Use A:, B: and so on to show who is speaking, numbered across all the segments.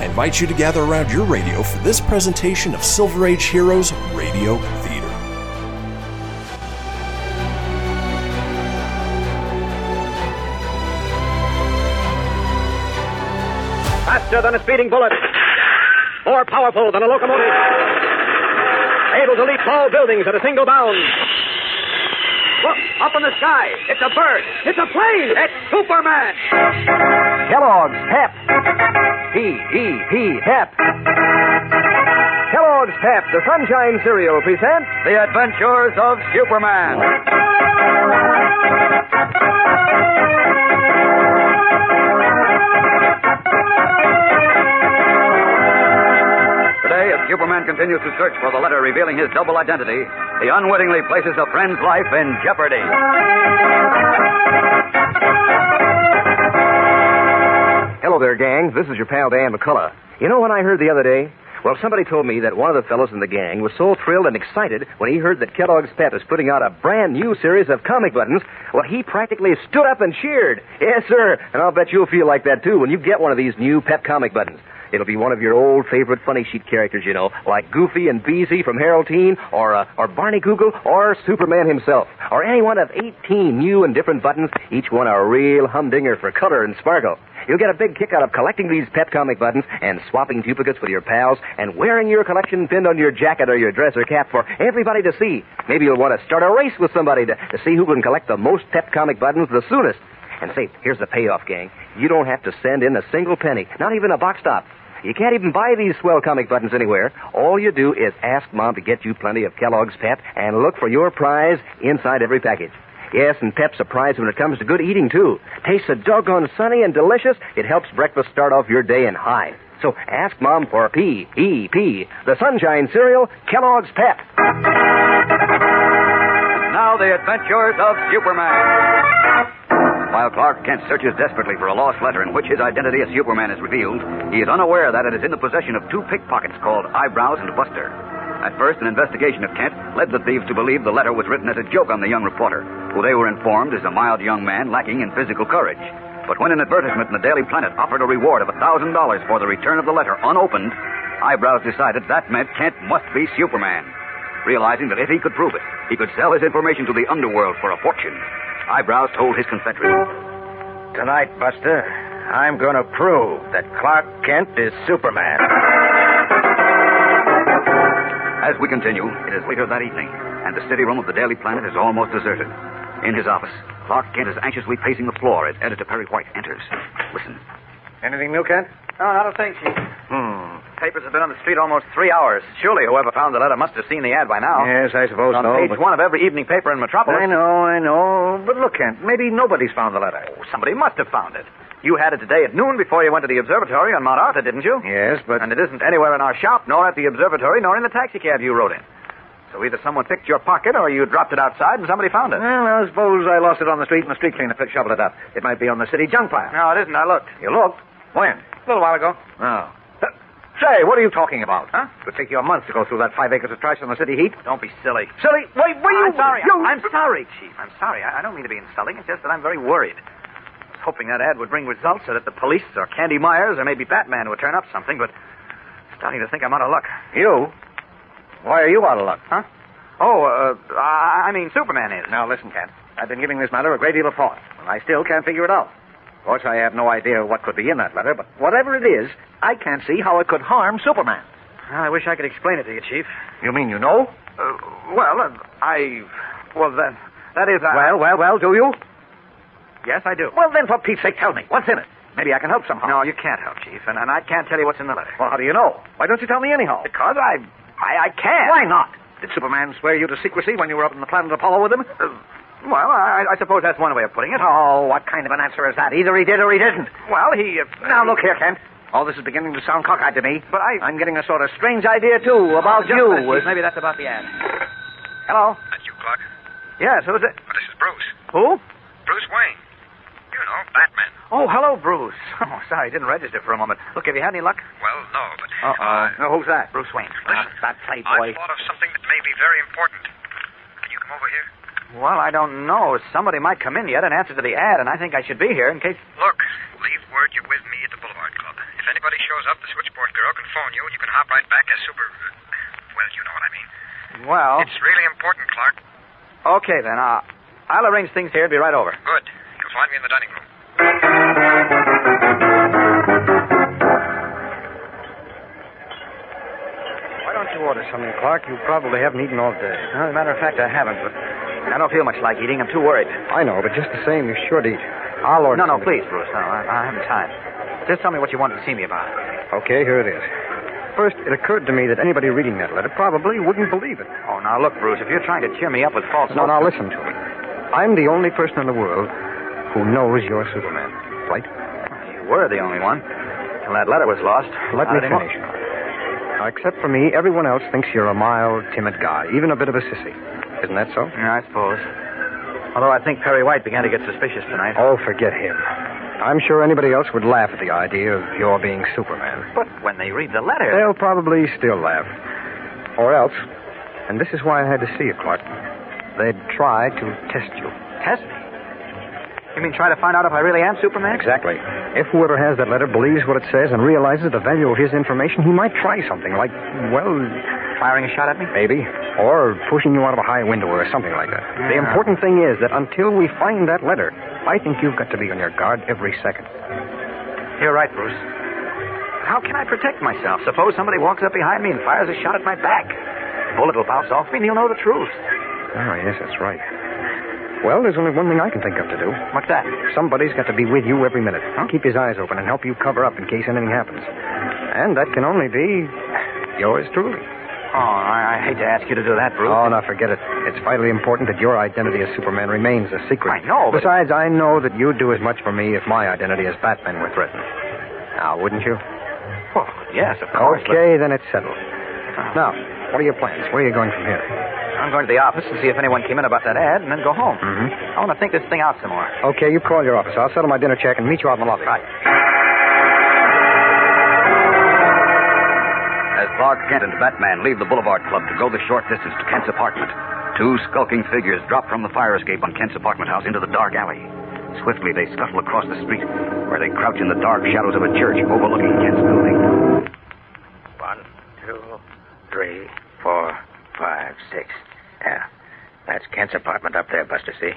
A: I invite you to gather around your radio for this presentation of Silver Age Heroes Radio Theater.
B: Faster than a speeding bullet. More powerful than a locomotive. Able to leap tall buildings at a single bound. Look, up in the sky. It's a bird. It's a plane. It's Superman. Kellogg's Pep. P-E-P, Pep. Kellogg's Pep, the Sunshine Cereal, presents The Adventures of Superman. Today, if Superman continues to search for the letter revealing his double identity, he unwittingly places a friend's life in jeopardy. Hello there, gang. This is your pal Dan McCullough. You know what I heard the other day? Well, somebody told me that one of the fellows in the gang was so thrilled and excited when he heard that Kellogg's Pep is putting out a brand new series of comic buttons. Well, he practically stood up and cheered. Yes, sir. And I'll bet you'll feel like that too when you get one of these new Pep comic buttons. It'll be one of your old favorite funny sheet characters, you know, like Goofy and Beezy from Harold Teen, or uh, or Barney Google, or Superman himself, or any one of 18 new and different buttons, each one a real humdinger for color and sparkle. You'll get a big kick out of collecting these pep comic buttons and swapping duplicates with your pals and wearing your collection pinned on your jacket or your dress or cap for everybody to see. Maybe you'll want to start a race with somebody to, to see who can collect the most pep comic buttons the soonest. And say, here's the payoff, gang. You don't have to send in a single penny, not even a box top. You can't even buy these swell comic buttons anywhere. All you do is ask Mom to get you plenty of Kellogg's Pep and look for your prize inside every package. Yes, and Pep's a prize when it comes to good eating, too. Tastes a doggone sunny and delicious. It helps breakfast start off your day in high. So ask Mom for P-E-P, the Sunshine Cereal, Kellogg's Pep. Now the adventures of Superman. While Clark Kent searches desperately for a lost letter in which his identity as Superman is revealed, he is unaware that it is in the possession of two pickpockets called Eyebrows and Buster. At first, an investigation of Kent led the thieves to believe the letter was written as a joke on the young reporter, who they were informed is a mild young man lacking in physical courage. But when an advertisement in the Daily Planet offered a reward of $1,000 for the return of the letter unopened, Eyebrows decided that meant Kent must be Superman realizing that if he could prove it, he could sell his information to the underworld for a fortune. Eyebrows told his confederate.
C: Tonight, Buster, I'm going to prove that Clark Kent is Superman.
B: As we continue, it is later that evening, and the city room of the Daily Planet is almost deserted. In his office, Clark Kent is anxiously pacing the floor as editor Perry White enters. Listen.
C: Anything new, Kent?
D: No, not a thing, Chief.
C: Hmm.
D: Papers have been on the street almost three hours. Surely whoever found the letter must have seen the ad by now.
C: Yes, I suppose
D: It's Oh. on
C: so.
D: page
C: but-
D: one of every evening paper in Metropolis.
C: I know, I know. But look, Kent, maybe nobody's found the letter.
D: Oh, somebody must have found it. You had it today at noon before you went to the observatory on Mount Arthur, didn't you?
C: Yes, but.
D: And it isn't anywhere in our shop, nor at the observatory, nor in the taxicab you rode in. So either someone picked your pocket or you dropped it outside and somebody found it.
C: Well, I suppose I lost it on the street and the street cleaner picked- shoveled it up. It might be on the city junk pile.
D: No, it isn't. I looked.
C: You looked? When?
D: A little while ago.
C: Oh. Say, what are you talking about?
D: Huh?
C: It would take you a month to go through that five acres of trash on the city heat.
D: Don't be silly.
C: Silly, wait, were you...
D: I'm sorry.
C: you-
D: I'm sorry, Chief. I'm sorry. I, I don't mean to be insulting. It's just that I'm very worried. I was hoping that ad would bring results so that the police or Candy Myers or maybe Batman would turn up something, but I'm starting to think I'm out of luck.
C: You? Why are you out of luck?
D: Huh? Oh, uh, I, I mean Superman is.
C: Now, listen, Kent. I've been giving this matter a great deal of thought, and I still can't figure it out. Of course, I have no idea what could be in that letter, but whatever it is, I can't see how it could harm Superman.
D: Ah, I wish I could explain it to you, Chief.
E: You mean you know?
D: Uh, well, uh, I. Well, that, that
C: uh,
D: is. I,
F: Well, well, well, do you?
D: yes, I do.
E: Well, then, for Pete's sake, tell me. What's in it? Maybe I can help somehow.
D: No, you can't help, Chief, and, and I can't tell you what's in the letter.
E: Well, how do you know? Why don't you tell me anyhow?
D: Because I. I, I can't.
E: Why not? Did Superman swear you to secrecy when you were up in the planet Apollo with him?
D: Uh, well, I, I suppose that's one way of putting it.
E: Oh, what kind of an answer is that? Either he did or he didn't.
D: Well, he. Uh,
E: Now, look here, Kent. All this is beginning to sound cockeyed to me.
D: But I- Oh,
E: I'm getting a sort of strange idea, too, about
D: Just a
E: you.
D: minute, Chief. Maybe that's about the ad.
E: Hello?
G: That's you, Clark.
D: Yes, who's it?
G: Well, this is Bruce.
D: Who?
G: Bruce Wayne. You know, Batman.
D: Oh, hello, Bruce. Oh, sorry, didn't register for a moment. Look, have you had any luck?
G: Well, no, but.
E: Now, who's that?
D: Bruce Wayne.
G: Listen,
E: That
G: I've
E: playboy.
G: Uh-uh. Uh, thought of something that may be very important. Can you come over here?
D: Well, I don't know. Somebody might come in yet in answer to the ad, and I think I should be here in case.
G: Look, leave word you're with me at the Boulevard Club. If anybody shows up, the switchboard girl can phone you, and you can hop right back as super. Well, you know what I mean.
E: Oh.
D: Well,
G: It's really important, Clark.
D: okay then. Uh, I'll arrange things here. Be right over.
G: Good. You'll find me in the dining room.
E: Why don't you order something, Clark? You probably haven't eaten all day.
D: Well, as a matter of fact, I haven't, but I don't feel much like eating. I'm too worried.
E: I know, but just the same, you should eat. I'll order
D: No, no, please, Bruce. No, I, I haven't time. Just tell me what you wanted to see me about.
E: Okay, here it is. First, it occurred to me that anybody reading that letter probably wouldn't believe it.
D: Oh, now look, Bruce. If you're trying to cheer me up with false
E: No,
D: notes,
E: now listen to me. I'm the only person in the world who knows you're Superman, right?
D: you were the only one. Till that letter was lost.
E: Let me
D: Not anymore.
E: finish. Now, except for me, everyone else thinks you're a mild, timid guy, even a bit of a sissy. Isn't that so?
D: Yeah, I suppose. Although I think Perry White began to get suspicious tonight.
E: Oh, forget him. I'm sure anybody else would laugh at the idea of your being Superman.
D: But when they read the letter.
E: They'll probably still laugh. Or else, and this is why I had to see you, Clark, they'd try to test you.
D: Test me? You mean try to find out if I really am Superman?
E: Exactly. If whoever has that letter believes what it says and realizes the value of his information, he might try something like, well,
D: Firing a shot at me?
E: maybe, or pushing you out of a high window or something like that. The
D: Yeah.
E: important thing is that until we find that letter, I think you've got to be on your guard every second.
D: You're right, Bruce. How can I protect myself? Suppose somebody walks up behind me and fires a shot at my back. Bullet will bounce off me and he'll know the truth.
E: Oh, yes, that's right. Well, there's only one thing I can think of to do.
D: What's that?
E: Somebody's got to be with you every minute. Keep his eyes open and help you cover up in case anything happens. And that can only be yours truly.
D: Oh, I, I hate to ask you to do that, Bruce.
E: Oh, now forget it. It's vitally important that your identity as Superman remains a secret.
D: I know, but-
E: Besides, I know that you'd do as much for me if my identity as Batman were threatened. Now, wouldn't you?
D: Oh, yes, of course. but
E: okay, then it's settled. Now, what are your plans? Where are you going from here?
D: I'm going to the office and see if anyone came in about that ad and then go home.
E: Mhm.
D: I want to think this thing out some more.
E: Okay, you call your office. I'll settle my dinner check and meet you out in the lobby. Right.
F: As Clark Kent and Batman leave the Boulevard Club to go the short distance to Kent's apartment, two skulking figures drop from the fire escape on Kent's apartment house into the dark alley. Swiftly, they scuttle across the street, where they crouch in the dark shadows of a church overlooking Kent's building.
E: One, two, three, four, five, six. Yeah. That's Kent's apartment up there, Buster, see?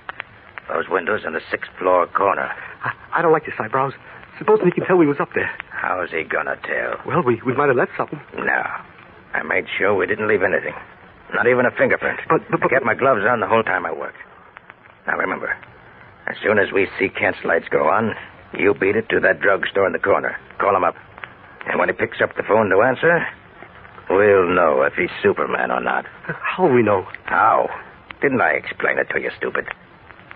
E: Those windows in the sixth floor corner.
H: I, I don't like this, Eyebrows. Suppose he can tell we was up there.
E: How's he gonna tell?
H: Well, we, we might have left something.
E: No. I made sure we didn't leave anything. Not even a fingerprint.
H: But- but- but-
E: I kept my gloves on the whole time I worked. Now remember, as soon as we see Kent's lights go on, you beat it to that drugstore in the corner. Call him up. And when he picks up the phone to answer, we'll know if he's Superman or not.
H: How we know?
E: How? Didn't I explain it to you, stupid?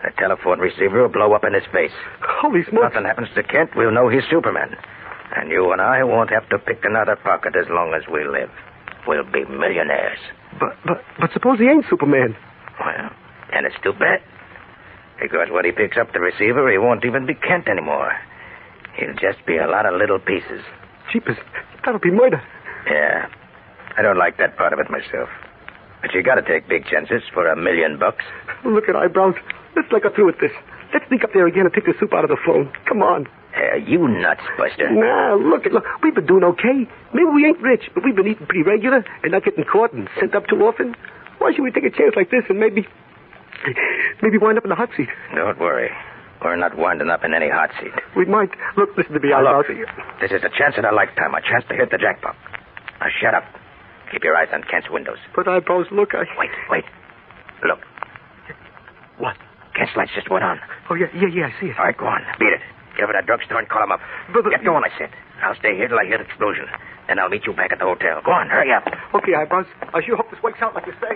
E: The telephone receiver will blow up in his face.
H: Holy
E: If
H: smokes.
E: nothing happens to Kent, we'll know he's Superman. And you and I won't have to pick another pocket as long as we live. We'll be millionaires.
H: But, but, but suppose he ain't Superman.
E: Well, and it's too bad. Because when he picks up the receiver, he won't even be Kent anymore. He'll just be a lot of little pieces.
H: Jeepers. That'll be murder.
E: Yeah. I don't like that part of it myself. But you gotta take big chances for a million bucks.
H: Look at Eyebrows. Let's not go through with this. Let's sneak up there again and pick the soup out of the phone. Come on.
E: Uh, you nuts, Buster.
H: Nah, look, look. We've been doing okay. Maybe we ain't rich, but we've been eating pretty regular and not getting caught and sent up too often. Why should we take a chance like this and maybe, maybe wind up in the hot seat?
E: Don't worry. We're not winding up in any hot seat.
H: We might. Look, listen to me,
E: Now,
H: Eyebrows.
E: look, this is a chance in a lifetime, a chance to hit the jackpot. Now, shut up.
C: Keep your eyes on Kent's windows.
I: But I suppose, look, I.
C: Wait, wait. Look.
I: What?
C: Kent's lights just went on.
I: Oh, yeah, yeah, yeah, I see it.
C: All right, go on. Beat it. Get over to that drugstore and call him up.
I: But- but-
C: Get going, I said. I'll stay here till I hear the explosion. Then I'll meet you back at the hotel. Go on, hurry up.
I: Okay, I suppose. I sure hope this works out like you say.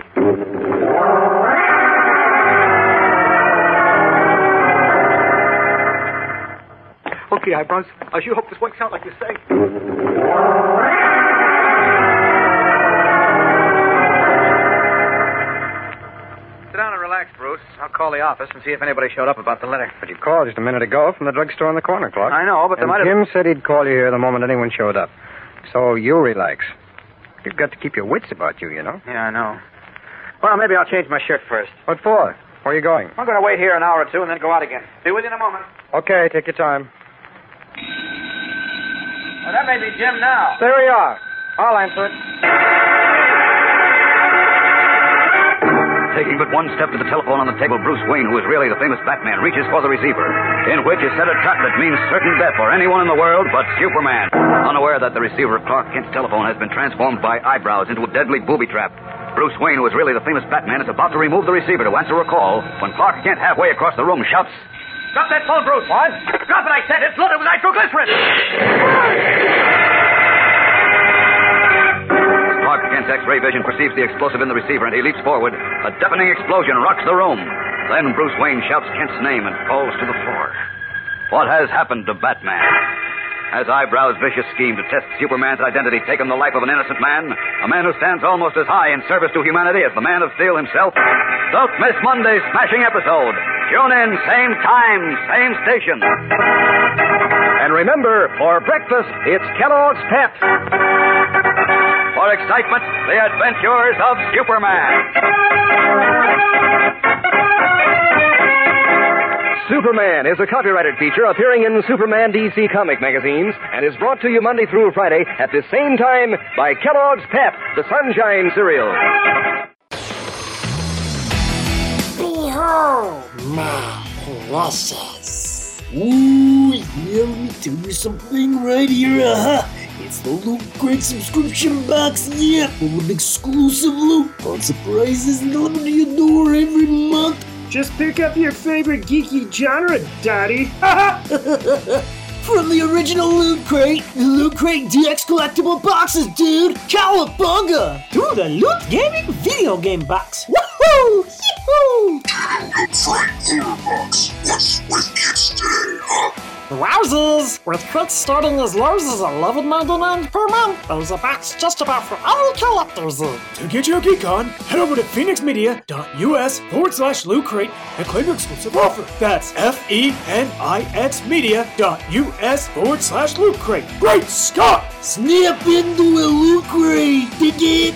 I: Okay, I suppose. I sure hope this works out like you say.
D: Sit down and relax, Bruce. I'll call the office and see if anybody showed up about the letter.
E: But you called just a minute ago from the drugstore on the corner, Clark.
D: I know, but
E: and
D: there might have.
E: Jim said he'd call you here the moment anyone showed up. So you relax. You've got to keep your wits about you, you know.
D: Yeah, I know. Well, maybe I'll change my shirt first.
E: What for? Where are you going?
D: I'm going to wait here an hour or two and then go out again. Be with you in a moment.
E: Okay, take your time.
D: Well, that may be Jim now.
E: There we are. I'll answer it.
F: Taking but one step to the telephone on the table, Bruce Wayne, who is really the famous Batman, reaches for the receiver, in which is set a trap that means certain death for anyone in the world but Superman. Unaware that the receiver of Clark Kent's telephone has been transformed by eyebrows into a deadly booby trap, Bruce Wayne, who is really the famous Batman, is about to remove the receiver to answer a call when Clark Kent, halfway across the room, shouts, Drop that phone, Bruce! What? Drop it, I said! It's loaded with nitroglycerin! Clark Kent's X-ray vision perceives the explosive in the receiver, and he leaps forward. A deafening explosion rocks the room. Then Bruce Wayne shouts Kent's name and falls to the floor. What has happened to Batman? Has Eyebrow's vicious scheme to test Superman's identity taken the life of an innocent man? A man who stands almost as high in service to humanity as the Man of Steel himself? Don't miss Monday's smashing episode. Tune in, same time, same station. And remember, for breakfast, it's Kellogg's Pep for excitement, the adventures of Superman.
B: Superman is a copyrighted feature appearing in Superman DC comic magazines and is brought to you Monday through Friday at the same time by Kellogg's Pep, the Sunshine Cereal.
J: Behold my precious. Ooh, yeah, let me tell you something right here. Uh-huh. It's the Loot Crate subscription box, yeah, full of exclusive loot, fun surprises delivered to your door every month.
K: Just pick up your favorite geeky genre, Daddy.
J: From the original Loot Crate, the Loot Crate DX collectible boxes, dude! Cowabunga!
K: To the Loot Gaming video game box.
J: Woohoo! Yee-hoo!
K: Wowzers! With crits starting as low as 11.99 per month, there's a box just about for all collectors. To get your geek on, head over to phoenixmedia.us forward slash loot crate and claim your exclusive offer. That's E F-E-N-I-X media.us forward slash loot crate. Great Scott!
J: Snap into a Loot Crate! Dig it!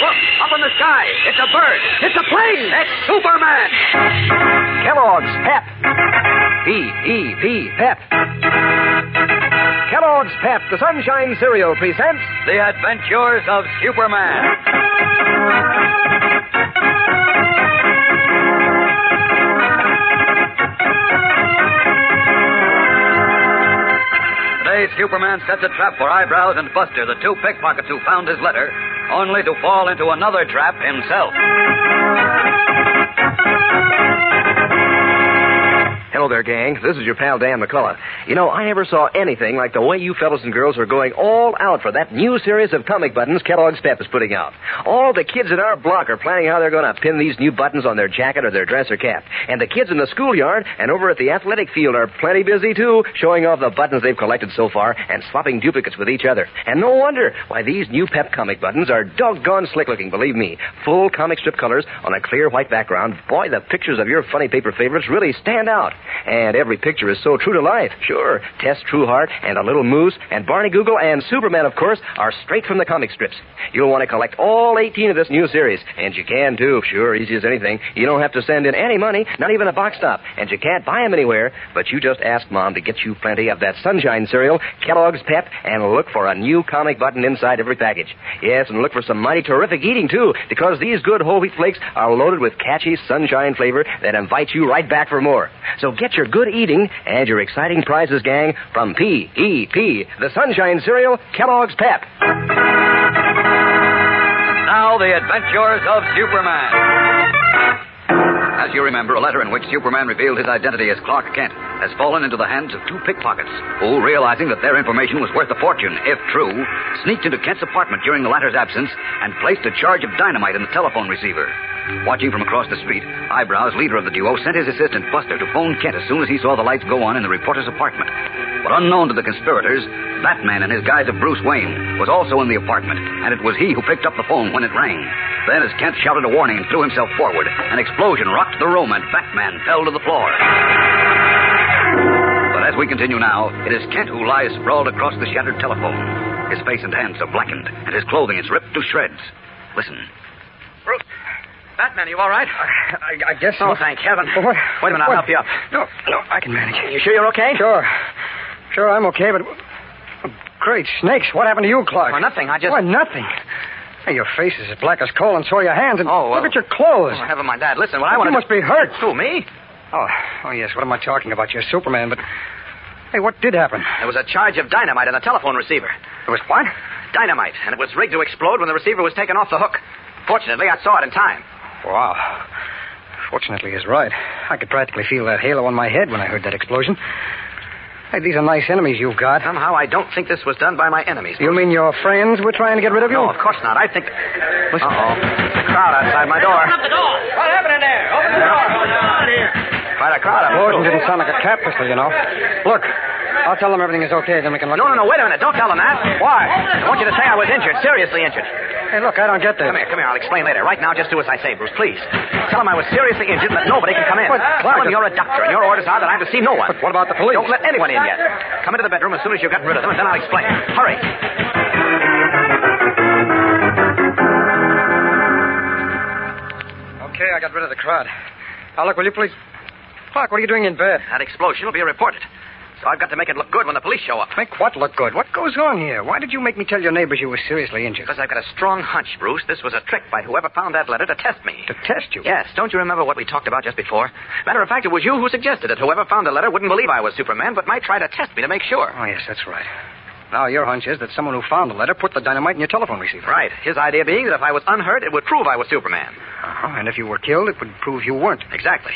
C: Look, up in the sky. It's a bird. It's a plane. It's Superman. Kellogg's Pep. P-E-P, E Pep. Kellogg's Pep, the Sunshine Cereal, presents The Adventures of Superman.
F: Today, Superman sets a trap for Eyebrows and Buster, the two pickpockets who found his letter, only to fall into another trap himself.
B: Hello there, gang. This is your pal Dan McCullough. You know, I never saw anything like the way you fellows and girls are going all out for that new series of comic buttons Kellogg's Pep is putting out. All the kids in our block are planning how they're going to pin these new buttons on their jacket or their dress or cap. And the kids in the schoolyard and over at the athletic field are plenty busy, too, showing off the buttons they've collected so far and swapping duplicates with each other. And no wonder why these new Pep comic buttons are doggone slick looking, believe me. Full comic strip colors on a clear white background. Boy, the pictures of your funny paper favorites really stand out. And every picture is so true to life. Sure, Tess Trueheart and a little moose and Barney Google and Superman, of course, are straight from the comic strips. You'll want to collect all 18 of this new series. And you can, too. Sure, easy as anything. You don't have to send in any money, not even a box top. And you can't buy them anywhere. But you just ask Mom to get you plenty of that Sunshine cereal, Kellogg's Pep, and look for a new comic button inside every package. Yes, and look for some mighty terrific eating, too, because these good whole wheat flakes are loaded with catchy sunshine flavor that invites you right back for more. So get your good eating and your exciting prizes, gang, from P.E.P., the Sunshine Cereal, Kellogg's Pep.
F: Now, The Adventures of Superman. As you remember, a letter in which Superman revealed his identity as Clark Kent has fallen into the hands of two pickpockets, who, realizing that their information was worth a fortune, if true, sneaked into Kent's apartment during the latter's absence and placed a charge of dynamite in the telephone receiver. Watching from across the street, Eyebrows, leader of the duo, sent his assistant, Buster, to phone Kent as soon as he saw the lights go on in the reporter's apartment. But unknown to the conspirators, Batman, in his guise of Bruce Wayne, was also in the apartment, and it was he who picked up the phone when it rang. Then, as Kent shouted a warning and threw himself forward, an explosion rocked the room, and Batman fell to the floor. But as we continue now, it is Kent who lies sprawled across the shattered telephone. His face and hands are blackened, and his clothing is ripped to shreds. Listen.
C: Bruce, Batman, are you all right?
E: I, I guess
C: Oh, thank heaven.
E: What?
C: Wait a minute, I'll
E: what?
C: help you up.
E: No, no, I can manage.
C: You sure you're okay?
E: Sure. Sure, I'm okay, but. Great snakes. What happened to you, Clark?
C: Oh, nothing. I just-
E: Why, nothing. Hey, your face is as black as coal, and so are your hands. And
C: Oh, well.
E: look at your clothes.
C: Oh, heaven, my dad. Listen, what I want
E: you
C: to.
E: must be hurt.
C: Who, me?
E: Oh, oh, yes. What am I talking about? You're Superman, but. Hey, what did happen?
C: There was a charge of dynamite in the telephone receiver.
E: It was what?
C: Dynamite, and it was rigged to explode when the receiver was taken off the hook. Fortunately, I saw it in time.
E: Wow. Fortunately, he's right. I could practically feel that halo on my head when I heard that explosion. Hey, these are nice enemies you've got.
C: Somehow, I don't think this was done by my enemies.
E: You mean your friends were trying to get rid of you?
C: No, of course not. I think. Listen. Uh-oh. There's a crowd outside my door. Open up the door. What happened in there? Open the door. Quite a crowd. out-
E: Lawton didn't sound like a cat pistol, you know. Look, I'll tell them everything is okay, then we can look.
C: No, no, no. Wait a minute. Don't tell them that. Why? I want you to say I was injured, seriously injured.
E: Hey, look, I don't get this.
C: Come here, come here. I'll explain later. Right now, just do as I say, Bruce, please. Tell them I was seriously injured and that nobody can come in.
E: But, Clark,
C: tell them
E: it-
C: you're a doctor and your orders are that I'm to see no one.
E: But what about the police?
C: Don't let anyone in yet. Come into the bedroom as soon as you've gotten rid of them, and then I'll explain. Hurry.
E: Okay, I got rid of the crowd. Now, look, will you please. Clark, what are you doing in bed?
C: That explosion will be reported. So I've got to make it look good when the police show up.
E: Make what look good? What goes on here? Why did you make me tell your neighbors you were seriously injured?
C: Because I've got a strong hunch, Bruce. This was a trick by whoever found that letter to test me.
E: To test you?
C: Yes, don't you remember what we talked about just before? Matter of fact, it was you who suggested it. Whoever found the letter wouldn't believe I was Superman, but might try to test me to make sure.
E: Oh, yes, that's right. Now, your hunch is that someone who found the letter put the dynamite in your telephone receiver.
C: Right. His idea being that if I was unhurt, it would prove I was Superman.
E: Uh-huh. And if you were killed, it would prove you weren't.
C: Exactly.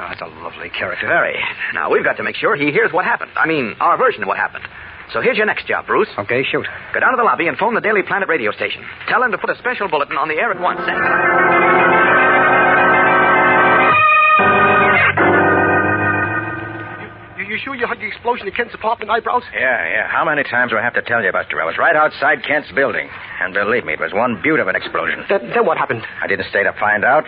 E: Oh, that's a lovely character.
C: Very. Now, we've got to make sure he hears what happened. I mean, our version of what happened. So here's your next job, Bruce.
E: Okay, shoot.
C: Go down to the lobby and phone the Daily Planet radio station. Tell them to put a special bulletin on the air at once. And...
I: You, you sure you heard the explosion in Kent's apartment, eyebrows?
C: Yeah, yeah. How many times do I have to tell you, Buster? I was right outside Kent's building. And believe me, it was one beaut of an explosion.
I: Then, then what happened?
C: I didn't stay to find out.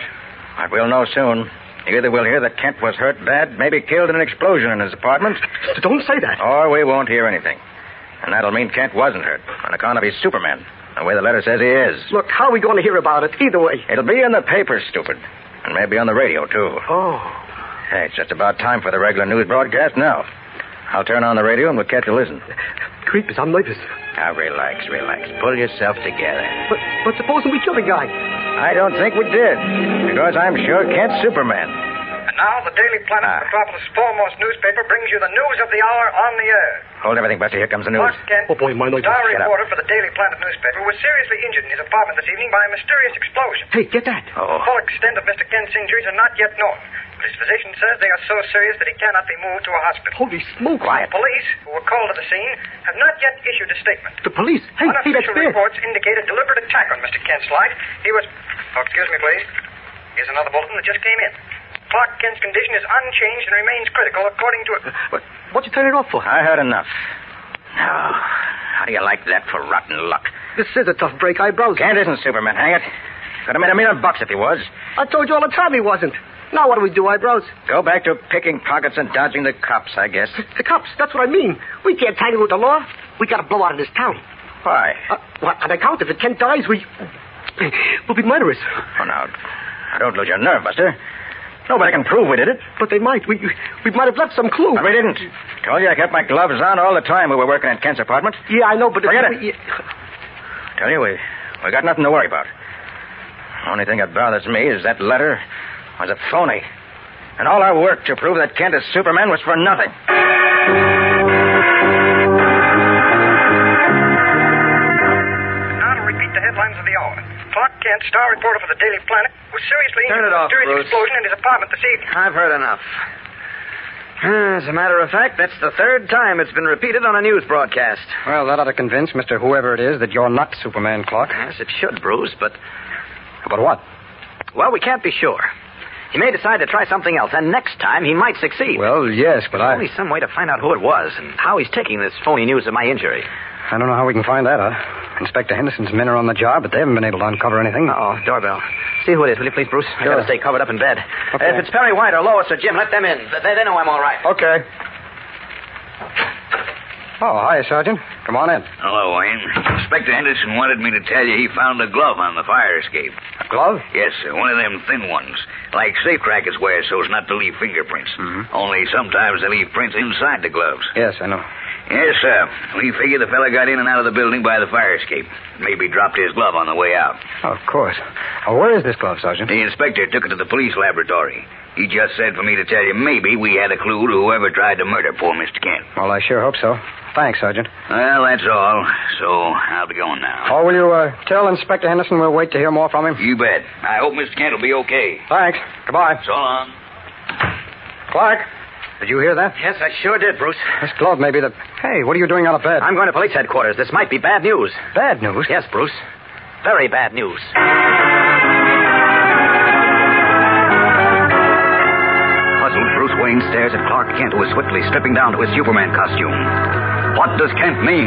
C: But we'll know soon. Either we'll hear that Kent was hurt bad, maybe killed in an explosion in his apartment,
I: Don't say that.
C: or we won't hear anything. And that'll mean Kent wasn't hurt on account of he's Superman, the way the letter says he is.
I: Look, how are we going to hear about it? Either way.
C: It'll be in the papers, stupid. And maybe on the radio, too.
I: Oh.
C: Hey, it's just about time for the regular news broadcast now. I'll turn on the radio and we'll catch a listen.
I: Creepers, I'm nervous.
C: Now, relax, relax. Pull yourself together.
I: But, but supposing we kill the guy?
C: I don't think we did, because I'm sure Kent's Superman.
L: And now, the Daily Planet,
C: Ah.
L: Metropolis' foremost newspaper, brings you the news of the hour on the air.
C: Hold everything, Buster. Here comes the news.
L: Clark Kent,
I: Oh, boy, my nose.
L: star
C: Get up.
L: reporter for the Daily Planet newspaper, was seriously injured in his apartment this evening by a mysterious explosion.
I: Hey, get that.
C: Oh.
L: The full extent of Mr. Kent's injuries are not yet known, but his physician says they are so serious that he cannot be moved to a hospital.
I: Holy smoke.
L: The police, who were called to the scene, have not yet issued a statement.
I: The police. Hey, hey, that's
L: Unofficial
I: there.
L: reports indicate a deliberate attack on Mr. Kent's life. He was. Oh, excuse me, please. Here's another bulletin that just came in. Clark Kent's condition is unchanged and remains critical, according to a.
I: What, what'd you turn it off for?
C: I heard enough. Now,
I: uh,
C: how do you like that for rotten luck?
I: This is a tough break, eyebrows.
C: Kent isn't Superman, hang it. Could have made a million bucks if he was.
I: I told you all the time he wasn't. Now what do we do, eyebrows?
C: Go back to picking pockets and dodging the cops, I guess.
I: The cops, that's what I mean. We can't tangle with the law. We got to blow out of this town.
C: Why?
I: Uh, well, on account if it Kent dies, we... We'll be murderers.
C: Oh, now, don't lose your nerve, Buster. Nobody can prove we did it.
I: But they might. We, we might have left some clue.
C: But we didn't. Told you I kept my gloves on all the time we were working at Kent's apartment.
I: Yeah, I know, but...
C: Forget
I: if we,
C: it. Tell you, we, we got nothing to worry about. Only thing that bothers me is that letter was a phony. And all our work to prove that Kent is Superman was for nothing.
L: Now to repeat the headlines of the hour. Clark Kent, star reporter for the Daily Planet, was seriously
C: Turn
L: injured
C: it off,
L: during the
C: Bruce.
L: explosion in his apartment this evening.
C: I've heard enough. As a matter of fact, that's the third time it's been repeated on a news broadcast.
E: Well, that ought to convince Mr. Whoever it is that you're not Superman, Clark.
C: Yes, it should, Bruce, but.
E: But what?
C: Well, we can't be sure. He may decide to try something else, and next time he might succeed.
E: Well, yes, but
C: There's
E: I.
C: only some way to find out who it was and how he's taking this phony news of my injury.
E: I don't know how we can find that out. Inspector Henderson's men are on the job, but they haven't been able to uncover anything.
C: Oh, doorbell. See who it is, will you please, Bruce? I
E: Sure.
C: gotta stay covered up in bed. Uh,
E: Okay.
C: If it's Perry White or Lois or Jim, let them in. They, they know I'm all right.
E: Okay. Oh, hi, Sergeant. Come on in.
M: Hello, Wayne. Inspector Henderson wanted me to tell you he found a glove on the fire escape.
E: A glove?
M: Yes, sir, one of them thin ones, like safe crackers wear so as not to leave fingerprints.
E: Mm-hmm.
M: Only sometimes they leave prints inside the gloves.
E: Yes, I know.
M: Yes, sir. We figure the fella got in and out of the building by the fire escape. Maybe dropped his glove on the way out.
E: Oh, of course. Oh, where is this glove, Sergeant?
M: The inspector took it to the police laboratory. He just said for me to tell you maybe we had a clue to whoever tried to murder poor Mr. Kent.
E: Well, I sure hope so. Thanks, Sergeant.
M: Well, that's all. So I'll be going now.
E: Oh, will you uh, tell Inspector Henderson we'll wait to hear more from him?
M: You bet. I hope Mr. Kent will be okay.
E: Thanks. Goodbye.
M: So long.
E: Clark, did you hear that?
C: Yes, I sure did, Bruce.
E: This glove may be the. Hey, what are you doing out of bed?
C: I'm going to police headquarters. This might be bad news.
E: Bad news.
C: Yes, Bruce. Very bad news.
F: Puzzled, Bruce Wayne stares at Clark Kent, who is swiftly stripping down to his Superman costume. What does Kent mean?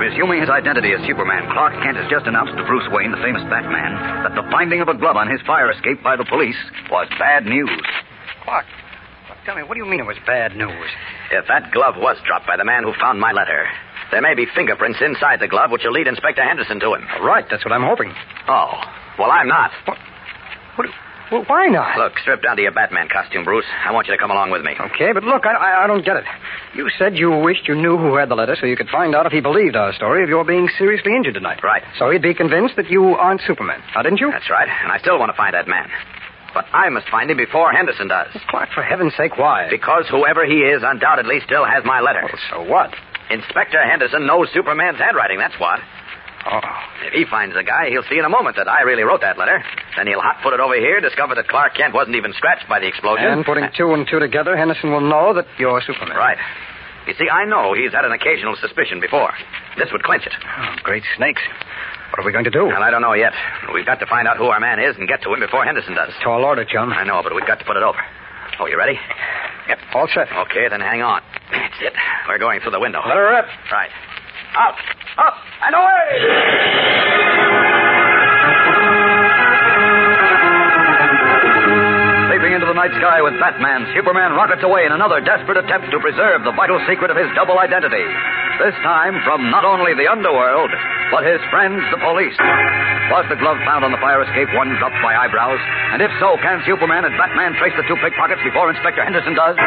F: Resuming his identity as Superman, Clark Kent has just announced to Bruce Wayne, the famous Batman, that the finding of a glove on his fire escape by the police was bad news.
E: Clark, tell me, what do you mean it was bad news?
C: If that glove was dropped by the man who found my letter, there may be fingerprints inside the glove which will lead Inspector Henderson to him.
E: Right, that's what I'm hoping.
C: Oh, well, I'm not.
E: What? Well, why not?
C: Look, strip down to your Batman costume, Bruce. I want you to come along with me.
E: Okay, but look, I, I, I don't get it. You said you wished you knew who had the letter so you could find out if he believed our story of your being seriously injured tonight.
C: Right.
E: So he'd be convinced that you aren't Superman. Now, didn't you?
C: That's right, and I still want to find that man. But I must find him before Henderson does.
E: Clark, for heaven's sake, why?
C: Because whoever he is undoubtedly still has my letter.
E: Well, so what?
C: Inspector Henderson knows Superman's handwriting, that's what.
E: Oh.
C: If he finds the guy, he'll see in a moment that I really wrote that letter. Then he'll hot foot it over here, discover that Clark Kent wasn't even scratched by the explosion.
E: And putting two and two together, Henderson will know that you're Superman.
C: Right. You see, I know he's had an occasional suspicion before. This would clinch it.
E: Oh, great snakes. What are we going to do?
C: Well, I don't know yet. We've got to find out who our man is and get to him before Henderson does.
E: Tall order, chum.
C: I know, but we've got to put it over. Oh, you ready? Yep.
E: All set.
C: Okay, then hang on. That's it. We're going through the window.
E: Let her rip.
C: Right. Out, up, and away!
F: Leaping into the night sky with Batman, Superman rockets away in another desperate attempt to preserve the vital secret of his double identity. This time from not only the underworld, but his friends, the police. Was the glove found on the fire escape one dropped by eyebrows? And if so, can Superman and Batman trace the two pickpockets before Inspector Henderson does?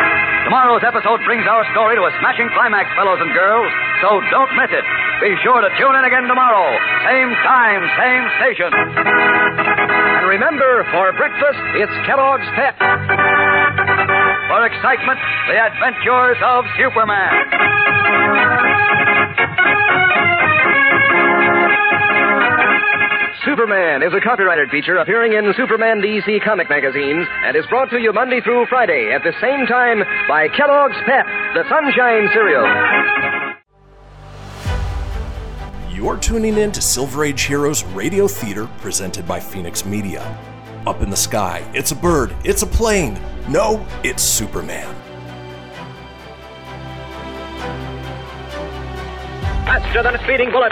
F: Tomorrow's episode brings our story to a smashing climax, fellows and girls, so don't miss it. Be sure to tune in again tomorrow. Same time, same station. And remember, for breakfast, it's Kellogg's Pet. For excitement, the adventures of Superman.
B: Superman is a copyrighted feature appearing in Superman DC comic magazines and is brought to you Monday through Friday at the same time by Kellogg's Pep, the Sunshine Cereal.
A: You're tuning in to Silver Age Heroes Radio Theater presented by Phoenix Media. Up in the sky, it's a bird, it's a plane. No, it's Superman.
C: Faster than a speeding bullet.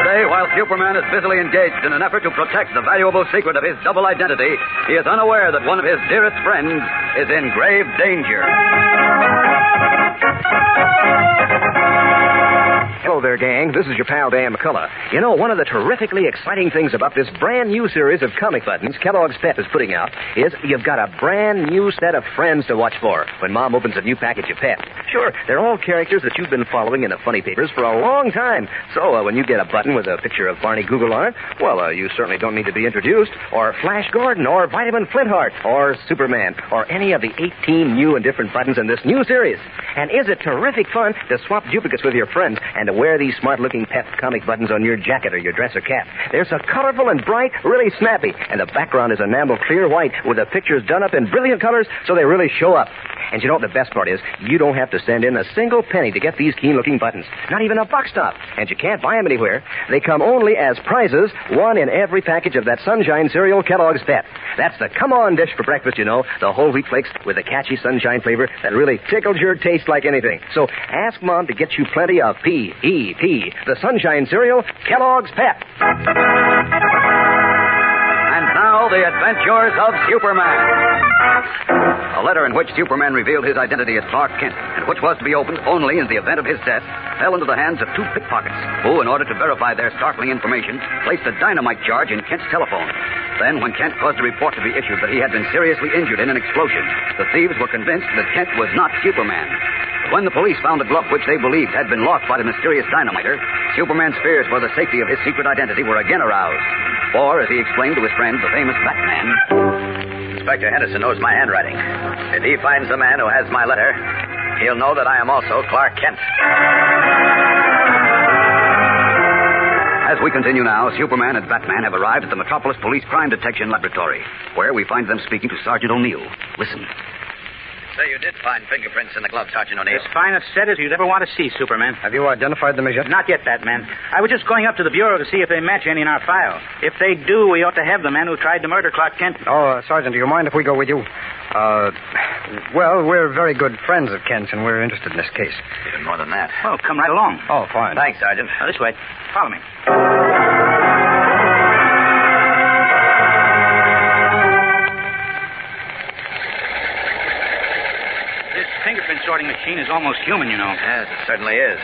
F: Today, while Superman is busily engaged in an effort to protect the valuable secret of his double identity, he is unaware that one of his dearest friends is in grave danger.
B: Hello there, gang. This is your pal Dan McCullough. You know, one of the terrifically exciting things about this brand new series of comic buttons Kellogg's Pep is putting out is you've got a brand new set of friends to watch for when Mom opens a new package of Pep. Sure, they're all characters that you've been following in the funny papers for a long time. So uh, when you get a button with a picture of Barney Google on it, well, uh, you certainly don't need to be introduced, or Flash Gordon, or Vitamin Flintheart, or Superman, or any of the 18 new and different buttons in this new series. And is it terrific fun to swap duplicates with your friends and to wear these smart looking pep comic buttons on your jacket or your dress or cap? They're so colorful and bright, really snappy, and the background is enameled clear white with the pictures done up in brilliant colors so they really show up. And you know what the best part is? You don't have to send in a single penny to get these keen looking buttons, not even a box top. And you can't buy them anywhere. They come only as prizes, one in every package of that Sunshine cereal Kellogg's Pet. That's the come on dish for breakfast, you know, the whole wheat flakes with a catchy sunshine flavor that really tickles your taste like anything. So ask Mom to get you plenty of P.E.P., the Sunshine cereal Kellogg's Pet.
F: And now, The Adventures of Superman. A letter in which Superman revealed his identity as Clark Kent, and which was to be opened only in the event of his death, fell into the hands of two pickpockets, who, in order to verify their startling information, placed a dynamite charge in Kent's telephone. Then, when Kent caused a report to be issued that he had been seriously injured in an explosion, the thieves were convinced that Kent was not Superman. But When the police found the glove which they believed had been lost by the mysterious dynamiter, Superman's fears for the safety of his secret identity were again aroused. For, as he explained to his friend, the famous Batman,
C: Inspector Henderson knows my handwriting. If he finds the man who has my letter, he'll know that I am also Clark Kent.
F: As we continue now, Superman and Batman have arrived at the Metropolis Police Crime Detection Laboratory, where we find them speaking to Sergeant O'Neill. Listen.
C: So you did find fingerprints in the glove, Sergeant O'Neill.
N: As fine a set as you'd ever want to see, Superman. Have you identified them as yet? Not yet, Batman. I was just going up to the Bureau to see if they match any in our file. If they do, we ought to have the man who tried to murder Clark Kent.
E: Oh, uh, Sergeant, do you mind if we go with you? Uh, well, we're very good friends of Kent's, and we're interested in this case.
C: Even more than that.
N: Well, come right along.
E: Oh, fine.
C: Thanks, Sergeant.
N: Now, this way. Follow me. This fingerprint sorting machine is almost human, you know.
C: Yes, it certainly is.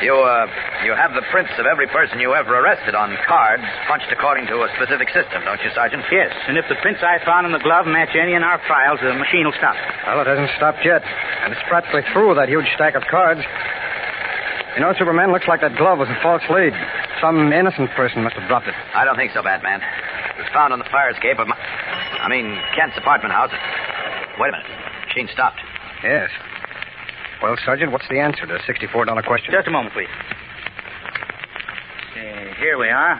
C: You, uh, you have the prints of every person you ever arrested on cards punched according to a specific system, don't you, Sergeant?
N: Yes, and if the prints I found in the glove match any in our files, the machine will stop.
E: Well, it hasn't stopped yet, and it's practically through that huge stack of cards. You know, Superman, looks like that glove was a false lead. Some innocent person must have dropped it.
C: I don't think so, Batman. It was found on the fire escape of my. I mean, Kent's apartment house. Wait a minute. Machine stopped.
E: Yes. Well, Sergeant, what's the answer to the $64 question?
N: Just a moment, please. Uh, here we are.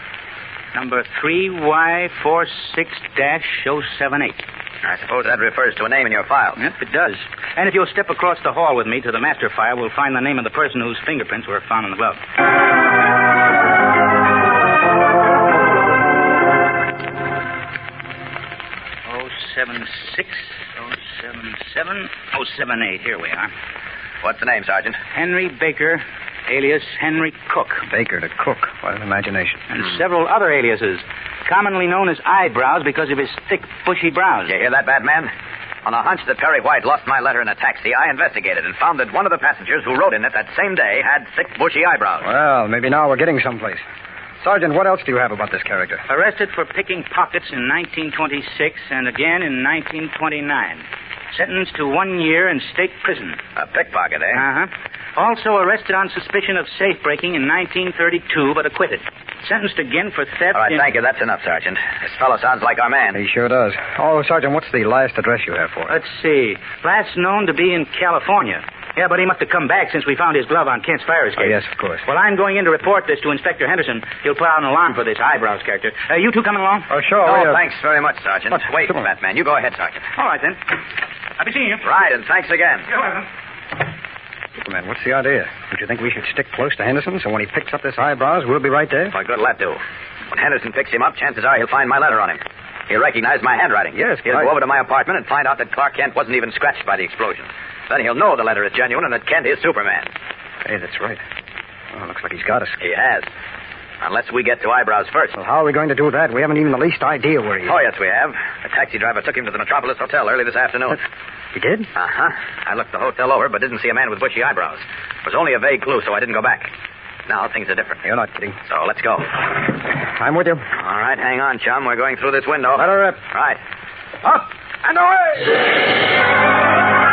N: Number 3Y46-078.
C: I suppose that refers to a name in your file.
N: Yep, it does. And if you'll step across the hall with me to the master file, we'll find the name of the person whose fingerprints were found in the glove. Oh seven six, oh seven seven, oh seven eight. Here we are.
C: What's the name, Sergeant?
N: Henry Baker, alias Henry Cook.
E: Baker to Cook. What an imagination.
N: And several other aliases, commonly known as eyebrows because of his thick, bushy brows.
C: You hear that, Batman? On a hunch that Perry White lost my letter in a taxi, I investigated and found that one of the passengers who rode in it that same day had thick, bushy eyebrows.
E: Well, maybe now we're getting someplace. Sergeant, what else do you have about this character?
N: Arrested for picking pockets in 1926 and again in 1929. Sentenced to one year in state prison.
C: A pickpocket, eh?
N: Uh huh. Also arrested on suspicion of safe breaking in 1932, but acquitted. Sentenced again for theft.
C: All right,
N: in...
C: thank you. That's enough, Sergeant. This fellow sounds like our man.
E: He sure does. Oh, Sergeant, what's the last address you have for us?
N: Let's see. Last known to be in California. Yeah, but he must have come back since we found his glove on Kent's fire escape.
E: Oh, yes, of course.
N: Well, I'm going in to report this to Inspector Henderson. He'll put out an alarm for this eyebrows character. Uh, you two coming along?
E: Oh, sure. we,
N: Oh,
E: uh,
N: thanks
C: very much, Sergeant.
N: Look,
C: Wait,
N: come on.
C: Batman. You go ahead, Sergeant.
N: All right, then. I'll be seeing you.
C: Right, and thanks again.
N: You're welcome.
E: Superman, what's the idea? Don't you think we should stick close to Henderson so when he picks up this eyebrows, we'll be right there?
C: Why, good luck, do. When Henderson picks him up, chances are he'll find my letter on him. He'll recognize my handwriting.
E: Yes,
C: He'll
E: quite.
C: go over to my apartment and find out that Clark Kent wasn't even scratched by the explosion. Then he'll know the letter is genuine and that Kent is Superman.
E: Hey, that's right. Oh, looks like he's got us.
C: He has. Unless we get to eyebrows first.
E: Well, how are we going to do that? We haven't even the least idea where he is.
C: Oh, yes, we have. A taxi driver took him to the Metropolis Hotel early this afternoon.
E: He did?
C: Uh huh. I looked the hotel over, but didn't see a man with bushy eyebrows. It was only a vague clue, so I didn't go back. Now things are different.
E: You're not kidding.
C: So let's go.
E: I'm with you.
C: All right, hang on, chum. We're going through this window. Let
E: her rip.
C: Right. Up and away!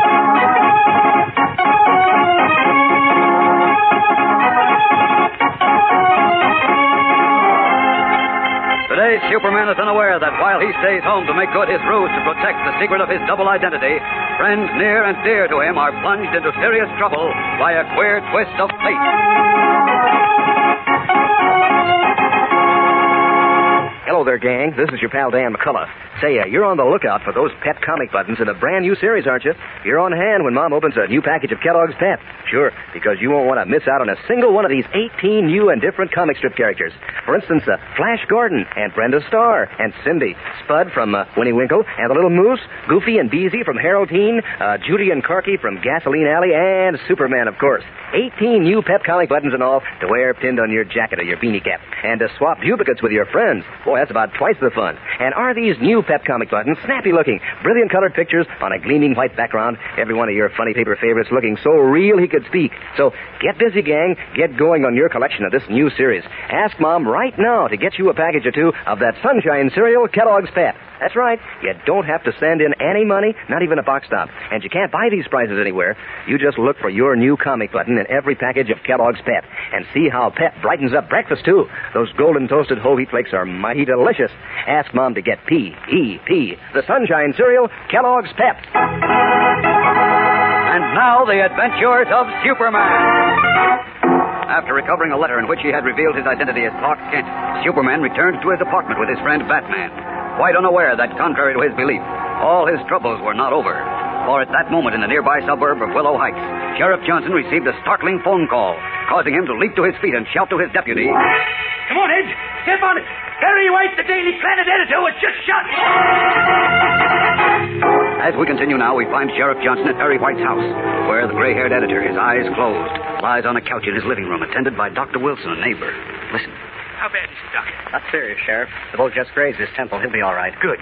F: Today, Superman is unaware that while he stays home to make good his ruse to protect the secret of his double identity, friends near and dear to him are plunged into serious trouble by a queer twist of fate.
B: Hello there, gang. This is your pal Dan McCullough. Say, uh, you're on the lookout for those pet comic buttons in a brand new series, aren't you? You're on hand when Mom opens a new package of Kellogg's Pet. Sure, because you won't want to miss out on a single one of these 18 new and different comic strip characters. For instance, uh, Flash Gordon and Brenda Starr and Cindy, Spud from uh, Winnie Winkle and the Little Moose, Goofy and Beezy from Haroldine, uh, Judy and Corky from Gasoline Alley, and Superman, of course. 18 new pep comic buttons and all to wear pinned on your jacket or your beanie cap. And to swap duplicates with your friends. Boy, that's about twice the fun. And are these new pep comic buttons snappy looking, brilliant colored pictures on a gleaming white background? Every one of your funny paper favorites looking so real he could speak. So get busy, gang. Get going on your collection of this new series. Ask Mom right now to get you a package or two of that Sunshine cereal, Kellogg's Pep. That's right. You don't have to send in any money, not even a box stop. And you can't buy these prizes anywhere. You just look for your new comic button in every package of Kellogg's Pep and see how Pep brightens up breakfast, too. Those golden toasted whole wheat flakes are mighty delicious. Ask Mom to get P-E-P, the Sunshine Cereal, Kellogg's Pep.
F: And now, the adventures of Superman. After recovering a letter in which he had revealed his identity as Clark Kent, Superman returned to his apartment with his friend Batman, quite unaware that, contrary to his belief, all his troubles were not over. For at that moment in the nearby suburb of Willow Heights, Sheriff Johnson received a startling phone call, causing him to leap to his feet and shout to his deputy.
O: Come on, Ed. Step on it. Harry White, the Daily Planet editor, was just shot.
F: As we continue now, we find Sheriff Johnson at Perry White's house, where the gray haired editor, his eyes closed, lies on a couch in his living room, attended by Dr. Wilson, a neighbor. Listen.
O: How bad is Doc?
P: Not serious, Sheriff. The bullet just grazed his temple. He'll be all right.
O: Good.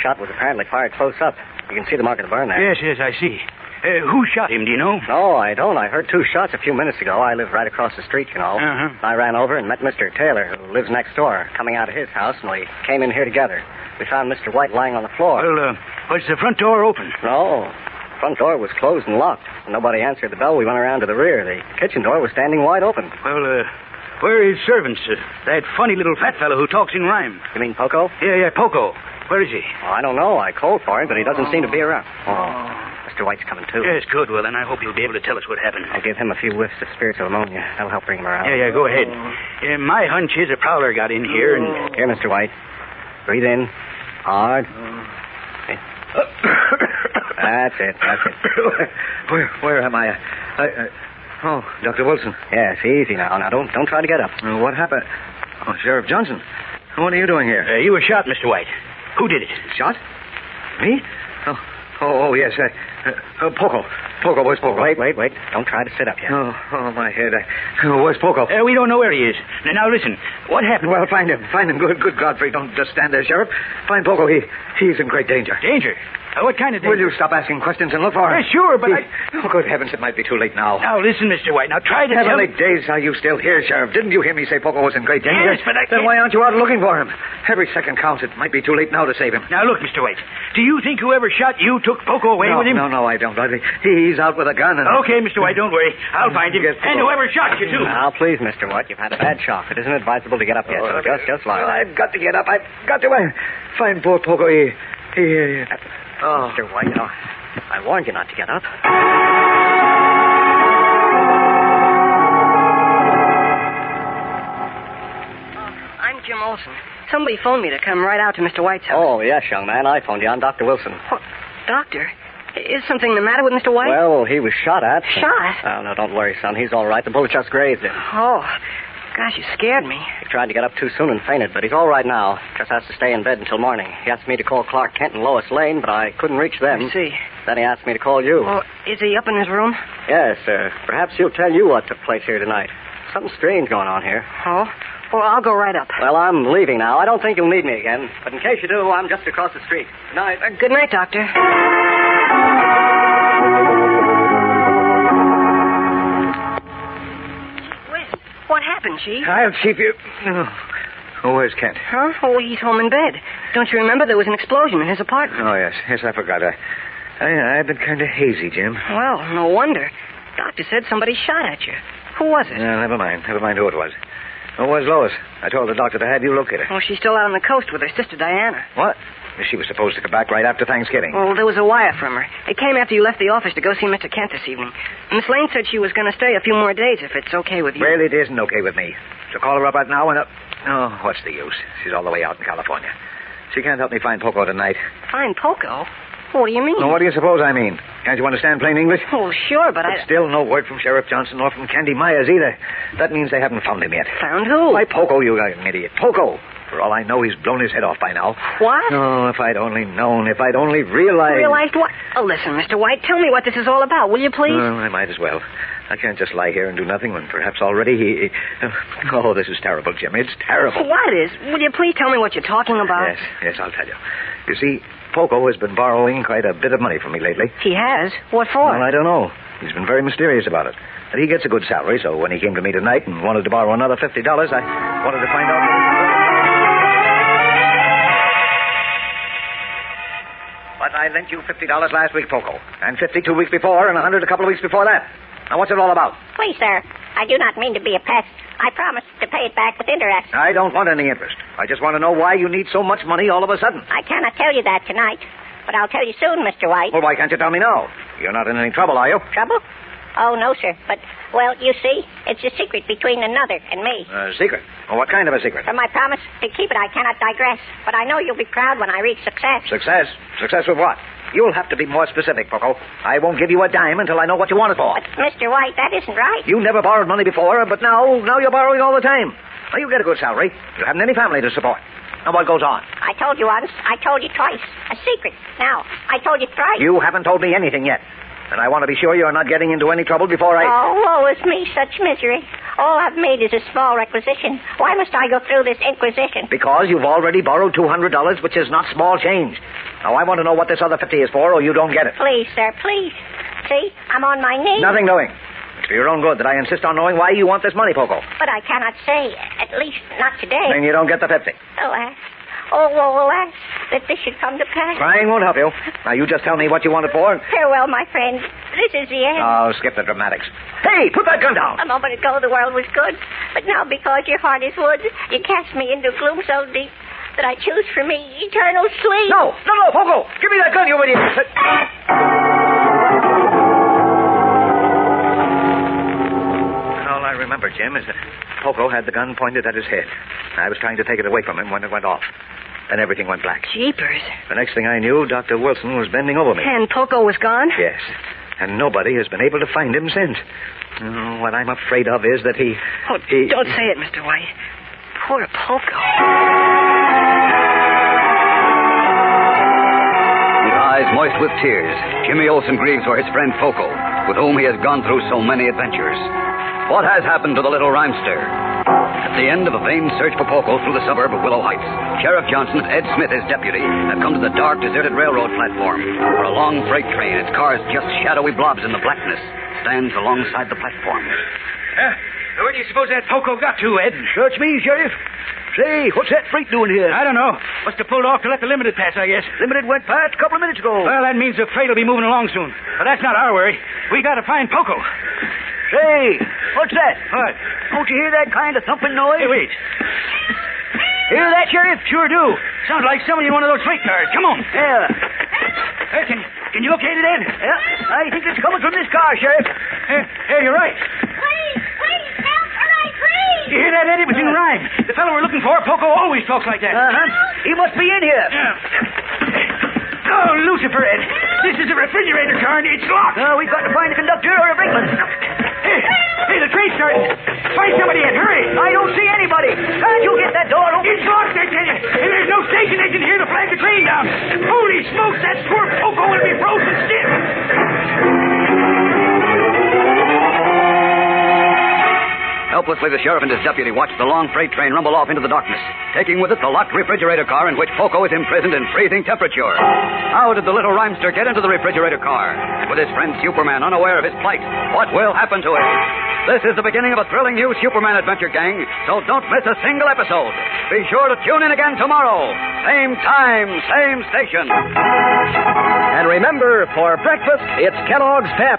P: Shot was apparently fired close up. You can see the mark of the burn there.
O: Yes, yes, I see. Uh, who shot him, do you know?
P: No, I don't. I heard two shots a few minutes ago. I live right across the street, you know.
O: Uh-huh.
P: I ran over and met Mr. Taylor, who lives next door, coming out of his house, and we came in here together. We found Mr. White lying on the floor.
O: Well, uh, was the front door open?
P: No. Front door was closed and locked. Nobody answered the bell. We went around to the rear. The kitchen door was standing wide open.
O: Well, uh, where are his servants? Uh, that funny little fat fellow who talks in rhyme.
P: You mean Poco?
O: Yeah, yeah, Poco. Where is he?
P: Oh, I don't know. I called for him, but he doesn't seem to be around. Oh, Mr. White's coming too.
O: Yes, good. Well, then I hope you'll be able to tell us what happened.
P: I'll give him a few whiffs of spiritual ammonia. That'll help bring him around.
O: Yeah, yeah, go ahead. Uh,
P: Oh.
O: my hunch is a prowler got in here and.
P: Here, Mr. White. Breathe in. Hard. That's it. That's it.
O: Where, where am I? I, I oh, Dr. Wilson.
P: Yes, easy now. Now don't don't try to get up.
O: Uh, What happened? Oh, Sheriff Johnson. What are you doing here? Uh, you were shot, Mr. White. Who did it? Shot? Me? Oh, oh, oh yes. Uh, uh, uh, Poco. Poco, where's Poco?
P: Wait, wait, wait. Don't try to sit up yet.
O: Oh, oh my head. I, oh, where's Poco? Uh, we don't know where he is. Now, now, listen. What happened? Well, find him. Find him. Good, good Godfrey. Don't just stand there, Sheriff. Find Poco. He, he's in great danger. Danger?
N: Uh, what kind of danger?
P: Will you stop asking questions and look for her?
N: Yeah, sure, but I-
P: Oh, good heavens, it might be too late now.
N: Now, listen, Mr. White. Now, try to
P: Heavenly
N: tell...
P: days, are you still here, Sheriff? Didn't you hear me say Poco was in great danger?
N: Yes, but I
P: Then
N: can't-
P: why aren't you out looking for him? Every second counts. It might be too late now to save him.
N: Now, look, Mr. White. Do you think whoever shot you took Poco away
P: no,
N: with him?
P: No, no, I don't. I think he's out with a gun. And...
N: Okay, Mr. White, don't worry. I'll find him. And whoever shot you, too.
P: Now, please, Mr. Watt, you've had a bad shock. It isn't advisable to get up yet, so just, just lie. I've got to get up. I've got to uh, find poor Pogo. He, he, he- Oh. Mr. White, oh, I warned you not to get up.
Q: I'm Jim Olson. Somebody phoned me to come right out to Mr. White's house.
P: Oh, yes, young man. I phoned you. I'm Dr. Wilson.
Q: Doctor, is something the matter with Mr. White?
P: Well, he was shot at.
Q: Shot?
P: Oh, no, don't worry, son. He's all right. The bullet just grazed him.
Q: Oh, gosh, you scared me.
P: He tried to get up too soon and fainted, but he's all right now. Just has to stay in bed until morning. He asked me to call Clark Kent and Lois Lane, but I couldn't reach them.
Q: I see.
P: Then he asked me to call you.
Q: Well, is he up in his room?
P: Yes, sir. Perhaps he'll tell you what took place here tonight. Something strange going on here.
Q: Oh? Well, I'll go right up.
P: Well, I'm leaving now. I don't think you'll need me again. But in case you do, I'm just across the street. Good night.
Q: Uh, Good night, Doctor. What happened, Chief?
G: I'll keep you. Oh, where's Kent?
Q: Huh? Oh, he's home in bed. Don't you remember there was an explosion in his apartment?
G: Oh, yes. Yes, I forgot. I, I, I've been kind of hazy, Jim.
Q: Well, no wonder. Doctor said somebody shot at you. Who was it?
G: No, never mind. Never mind who it was. Oh, where's Lois? I told the doctor to have you locate her.
Q: Well, Oh, she's still out on the coast with her sister Diana.
G: What? She was supposed to come back right after Thanksgiving.
Q: Well, Oh, there was a wire from her. It came after you left the office to go see Mr. Kent this evening. Miss Lane said she was going to stay a few more days if it's okay with you.
G: Well, it isn't okay with me. So call her up right now and... Uh, oh, what's the use? She's all the way out in California. She can't help me find Poco tonight.
Q: Fine, Poco. What do you mean?
G: Now, what do you suppose I mean? Can't you understand plain English?
Q: Oh, sure, but I.
G: Still no word from Sheriff Johnson or from Candy Myers either. That means they haven't found him yet.
Q: Found who?
G: Why, Poco, you uh, idiot. Poco! For all I know, he's blown his head off by now.
Q: What?
G: Oh, if I'd only known, if I'd only realized.
Q: Realized what? Oh, listen, Mr. White, tell me what this is all about, will you please?
G: Well, I might as well. I can't just lie here and do nothing when perhaps already he. Oh, this is terrible, Jim. It's terrible.
Q: What is? Will you please tell me what you're talking
G: Yes,
Q: about?
G: yes, I'll tell you. You see, Poco has been borrowing quite a bit of money from me lately.
Q: He has. What for?
G: Well, I don't know. He's been very mysterious about it. But he gets a good salary, so when he came to me tonight and wanted to borrow another $50, I wanted to find out. But I lent you $50 last week, Poco. And 50 two weeks before, and a 100 a couple of weeks before that. Now, what's it all about?
R: Please, sir, I do not mean to be a pest. I promise to pay it back with interest.
G: I don't want any interest. I just want to know why you need so much money all of a sudden.
R: I cannot tell you that tonight, but I'll tell you soon, Mr. White.
G: Well, why can't you tell me now? You're not in any trouble, are you?
R: Trouble? Oh, no, sir. But, well, you see, it's a secret between another and me.
G: A secret. Well, what kind of a secret?
R: From my promise to keep it, I cannot digress. But I know you'll be proud when I reach success.
G: Success? Success with what? You'll have to be more specific, Poco. I won't give you a dime until I know what you want it for.
R: Mr. White, that isn't right.
G: You never borrowed money before, but now, now you're borrowing all the time. Now, you get a good salary. You haven't any family to support. Now, what goes on?
R: I told you once. I told you twice. A secret. Now, I told you thrice.
G: You haven't told me anything yet. And I want to be sure you're not getting into any trouble before I.
R: Oh, woe is me, such misery. All I've made is a small requisition. Why must I go through this inquisition?
G: Because you've already borrowed $200, which is not small change. Now, I want to know what this other 50 is for, or you don't get it.
R: Please, sir, please. See, I'm on my knees.
G: Nothing doing. It's for your own good that I insist on knowing why you want this money, Poco.
R: But I cannot say, at least not today.
G: Then you don't get the 50.
R: Alas. Oh, oh, alas, that this should come to pass.
G: Crying won't help you. Now, you just tell me what you want it for. and-
R: Farewell, my friend. This is the end.
G: Oh, skip the dramatics. Hey, put that gun down.
R: A moment ago, the world was good. But now, because your heart is wood, you cast me into gloom so deep that I choose for me eternal sleep.
G: No, no, no, Pogo. Give me that gun, you idiot. All I remember, Jim, is that Poco had the gun pointed at his head. I was trying to take it away from him when it went off. Then everything went black.
Q: Jeepers.
G: The next thing I knew, Dr. Wilson was bending over me.
Q: And Poco was gone?
G: Yes. And nobody has been able to find him since. Oh, what I'm afraid of is that he.
Q: Oh,
G: he...
Q: don't say it, Mr. White. Poor Poco.
F: His eyes moist with tears, Jimmy Olsen grieves for his friend Focal, with whom he has gone through so many adventures. What has happened to the little rhymester? At the end of a vain search for Poco through the suburb of Willow Heights, Sheriff Johnson and Ed Smith, his deputy, have come to the dark, deserted railroad platform where a long freight train, its cars just shadowy blobs in the blackness, stands alongside the platform.
N: Now, Where do you suppose that Poco got to, Ed? Search me, Sheriff. Say, what's that freight doing here? I don't know. Must have pulled off to let the limited pass, I guess. Limited went past a couple of minutes ago. Well, that means the freight will be moving along soon. But that's not our worry. We gotta find Poco. Say, what's that? What? Don't you hear that kind of thumping noise? Hey, wait. Hear that, Sheriff? Sure do. Sounds like somebody in one of those freight cars. Come on. Yeah. Hey, can, can you locate it, Ed? Yeah, I think it's coming from this car, Sheriff. Hey, hey you're right. You hear that, Eddie? It was in rhyme. The fellow we're looking for, Poco, always talks like that. Uh, Uh-huh. He must be in here. Oh, Lucifer, Ed. This is a refrigerator car, and it's locked. Oh, we've got to find a conductor or a brakeman. Hey, hey, the train's starting. Find somebody in. Hurry. I don't see anybody. Can't you get that door open? It's locked, I tell you. And there's no station agent here to flag the train down. Holy smokes, that poor Poco will be frozen stiff.
F: Helplessly, the sheriff and his deputy watch the long freight train rumble off into the darkness, taking with it the locked refrigerator car in which Poco is imprisoned in freezing temperature. How did the little rhymester get into the refrigerator car? And with his friend Superman unaware of his plight, what will happen to him? This is the beginning of a thrilling new Superman adventure, gang, so don't miss a single episode. Be sure to tune in again tomorrow. Same time, same station.
S: And remember, for breakfast, it's Kellogg's Pep.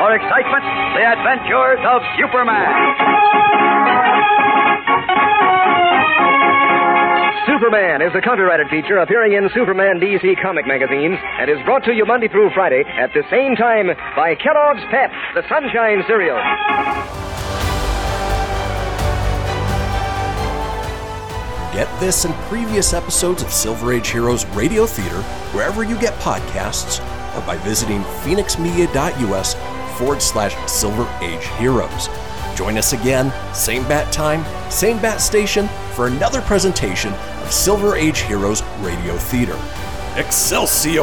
F: For excitement, the adventures of Superman.
B: Superman is a copyrighted feature appearing in Superman DC comic magazines and is brought to you Monday through Friday at the same time by Kellogg's Pep, the Sunshine Cereal.
A: Get this and previous episodes of Silver Age Heroes Radio Theater wherever you get podcasts or by visiting phoenixmedia.us forward slash Silver Age Heroes. Join us again, same bat time, same bat station, for another presentation of Silver Age Heroes Radio Theater. Excelsior!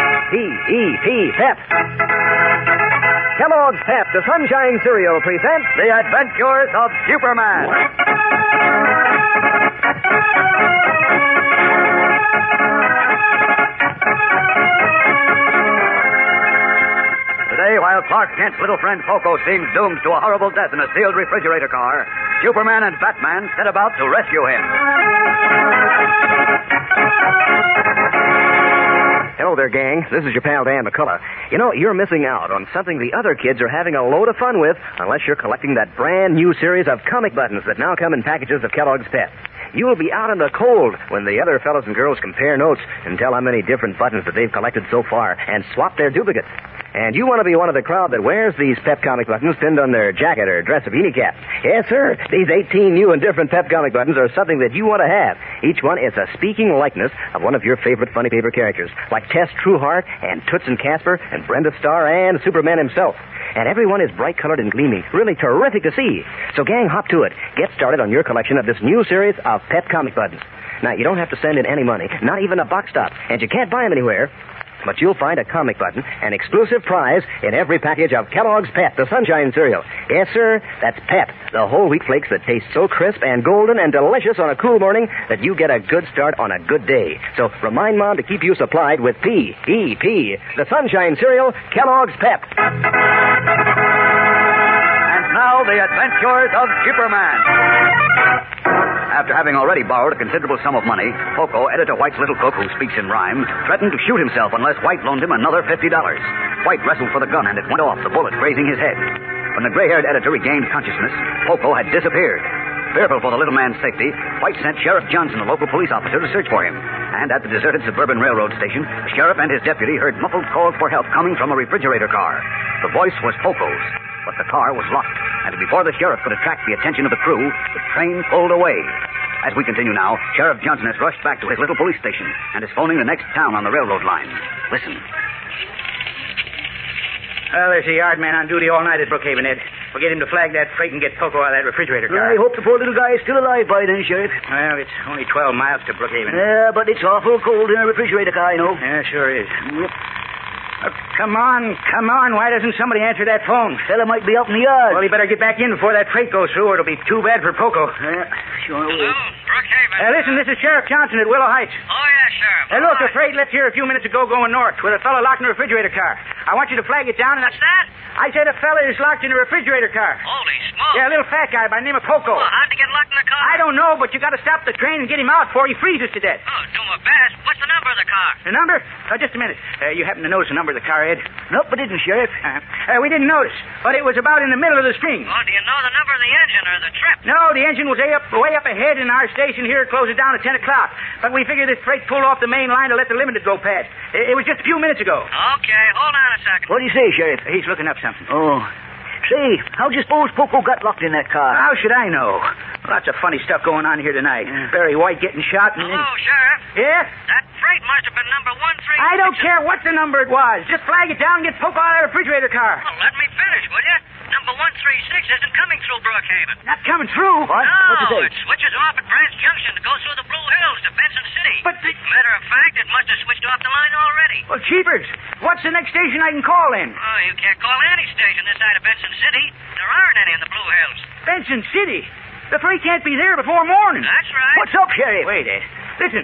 B: E
P: P-E-P, Pep.
B: Kellogg's Pep, the Sunshine Cereal, presents The Adventures of Superman.
F: Today, while Clark Kent's little friend Poco seems doomed to a horrible death in a sealed refrigerator car, Superman and Batman set about to rescue him.
B: Hello there, gang. This is your pal Dan McCullough. You know, you're missing out on something the other kids are having a load of fun with unless you're collecting that brand new series of comic buttons that now come in packages of Kellogg's Pet. You'll be out in the cold when the other fellows and girls compare notes and tell how many different buttons that they've collected so far and swap their duplicates. And you want to be one of the crowd that wears these Pep comic buttons pinned on their jacket or dress or beanie cap. Yes, sir. These 18 new and different Pep comic buttons are something that you want to have. Each one is a speaking likeness of one of your favorite funny paper characters, like Tess Trueheart and Toots and Casper and Brenda Starr and Superman himself. And everyone is bright colored and gleaming. Really terrific to see. So, gang, hop to it. Get started on your collection of this new series of Pep comic buttons. Now, you don't have to send in any money, not even a box top, and you can't buy them anywhere. But you'll find a comic button, an exclusive prize, in every package of Kellogg's Pet, the sunshine cereal. Yes, sir, that's Pet, the whole wheat flakes that taste so crisp and golden and delicious on a cool morning that you get a good start on a good day. So remind Mom to keep you supplied with P-E-P, the sunshine cereal, Kellogg's Pet.
F: And now, the adventures of Superman. After having already borrowed a considerable sum of money, Poco, editor White's little cook who speaks in rhyme, threatened to shoot himself unless White loaned him another $50. White wrestled for the gun and it went off, the bullet grazing his head. When the gray haired editor regained consciousness, Poco had disappeared. Fearful for the little man's safety, White sent Sheriff Johnson, the local police officer, to search for him. And at the deserted suburban railroad station, the sheriff and his deputy heard muffled calls for help coming from a refrigerator car. The voice was Poco's, but the car was locked, and before the sheriff could attract the attention of the crew, the train pulled away. As we continue now, Sheriff Johnson has rushed back to his little police station and is phoning the next town on the railroad line. Listen.
N: Well, there's a yard man on duty all night at Brookhaven, Ed. We'll get him to flag that freight and get Poco out of that refrigerator car.
T: I hope the poor little guy is still alive by then, Sheriff.
N: Well, it's only 12 miles to Brookhaven.
T: Yeah, but it's awful cold in a refrigerator car, I know.
N: Yeah, sure is. Uh, Come on, come on. Why doesn't somebody answer that phone?
T: Fella might be out in the yard.
N: Well, he better get back in before that freight goes through, or it'll be too bad for Poco.
T: sure
N: Uh, listen, this is Sheriff Johnson at Willow Heights.
O: Oh, yeah, Sheriff.
N: Hey, look, the freight left here a few minutes ago going north with a fella locked in a refrigerator car. I want you to flag it down and... What's that? I said a fella is locked in a refrigerator car.
O: Holy smoke.
N: Yeah, a little fat guy by the name of Poco.
O: Well, how'd he get locked in the car?
N: I don't know, but you got to stop the train and get him out before he freezes to death.
O: Oh, do my best. What's the number of the car?
N: The number? Uh, just a minute. Uh, you happen to notice the number of the car, Ed? Nope, we didn't, Sheriff. Uh, uh, we didn't notice, but it was about in the middle of the string.
O: Oh, do you know the number of the engine or the trip?
N: No, the engine was way up, way up ahead in our station here. It closes down at 10 o'clock. But we figured this freight pulled off the main line to let the limited go past. It, it was just a few minutes ago.
O: Okay, hold on a second.
T: What do you say, Sheriff?
N: He's looking up something.
T: Oh. Say, how'd you suppose Poco got locked in that car?
N: How should I know? Lots of funny stuff going on here tonight. Barry White getting shot and...
O: Hello, Sheriff.
N: Yeah?
O: That freight must have been number one three.
N: I don't care what the number it was. Just flag it down and get Poco out of that refrigerator car.
O: Well, Oh, let me finish, will you? Number 136 isn't coming through Brookhaven.
N: Not coming through. What?
O: No,
N: What'd you say?
O: it switches off at Branch Junction to go through the Blue Hills to Benson City.
N: But the...
O: Matter of fact, it must have switched off the line already.
N: Well, Cheapers, what's the next station I can call in?
O: Oh, you can't call any station this side of Benson City. There aren't any in the Blue Hills.
N: Benson City. The freight can't be there before morning.
O: That's right.
N: What's up, Sheriff? Wait, Ed. Listen,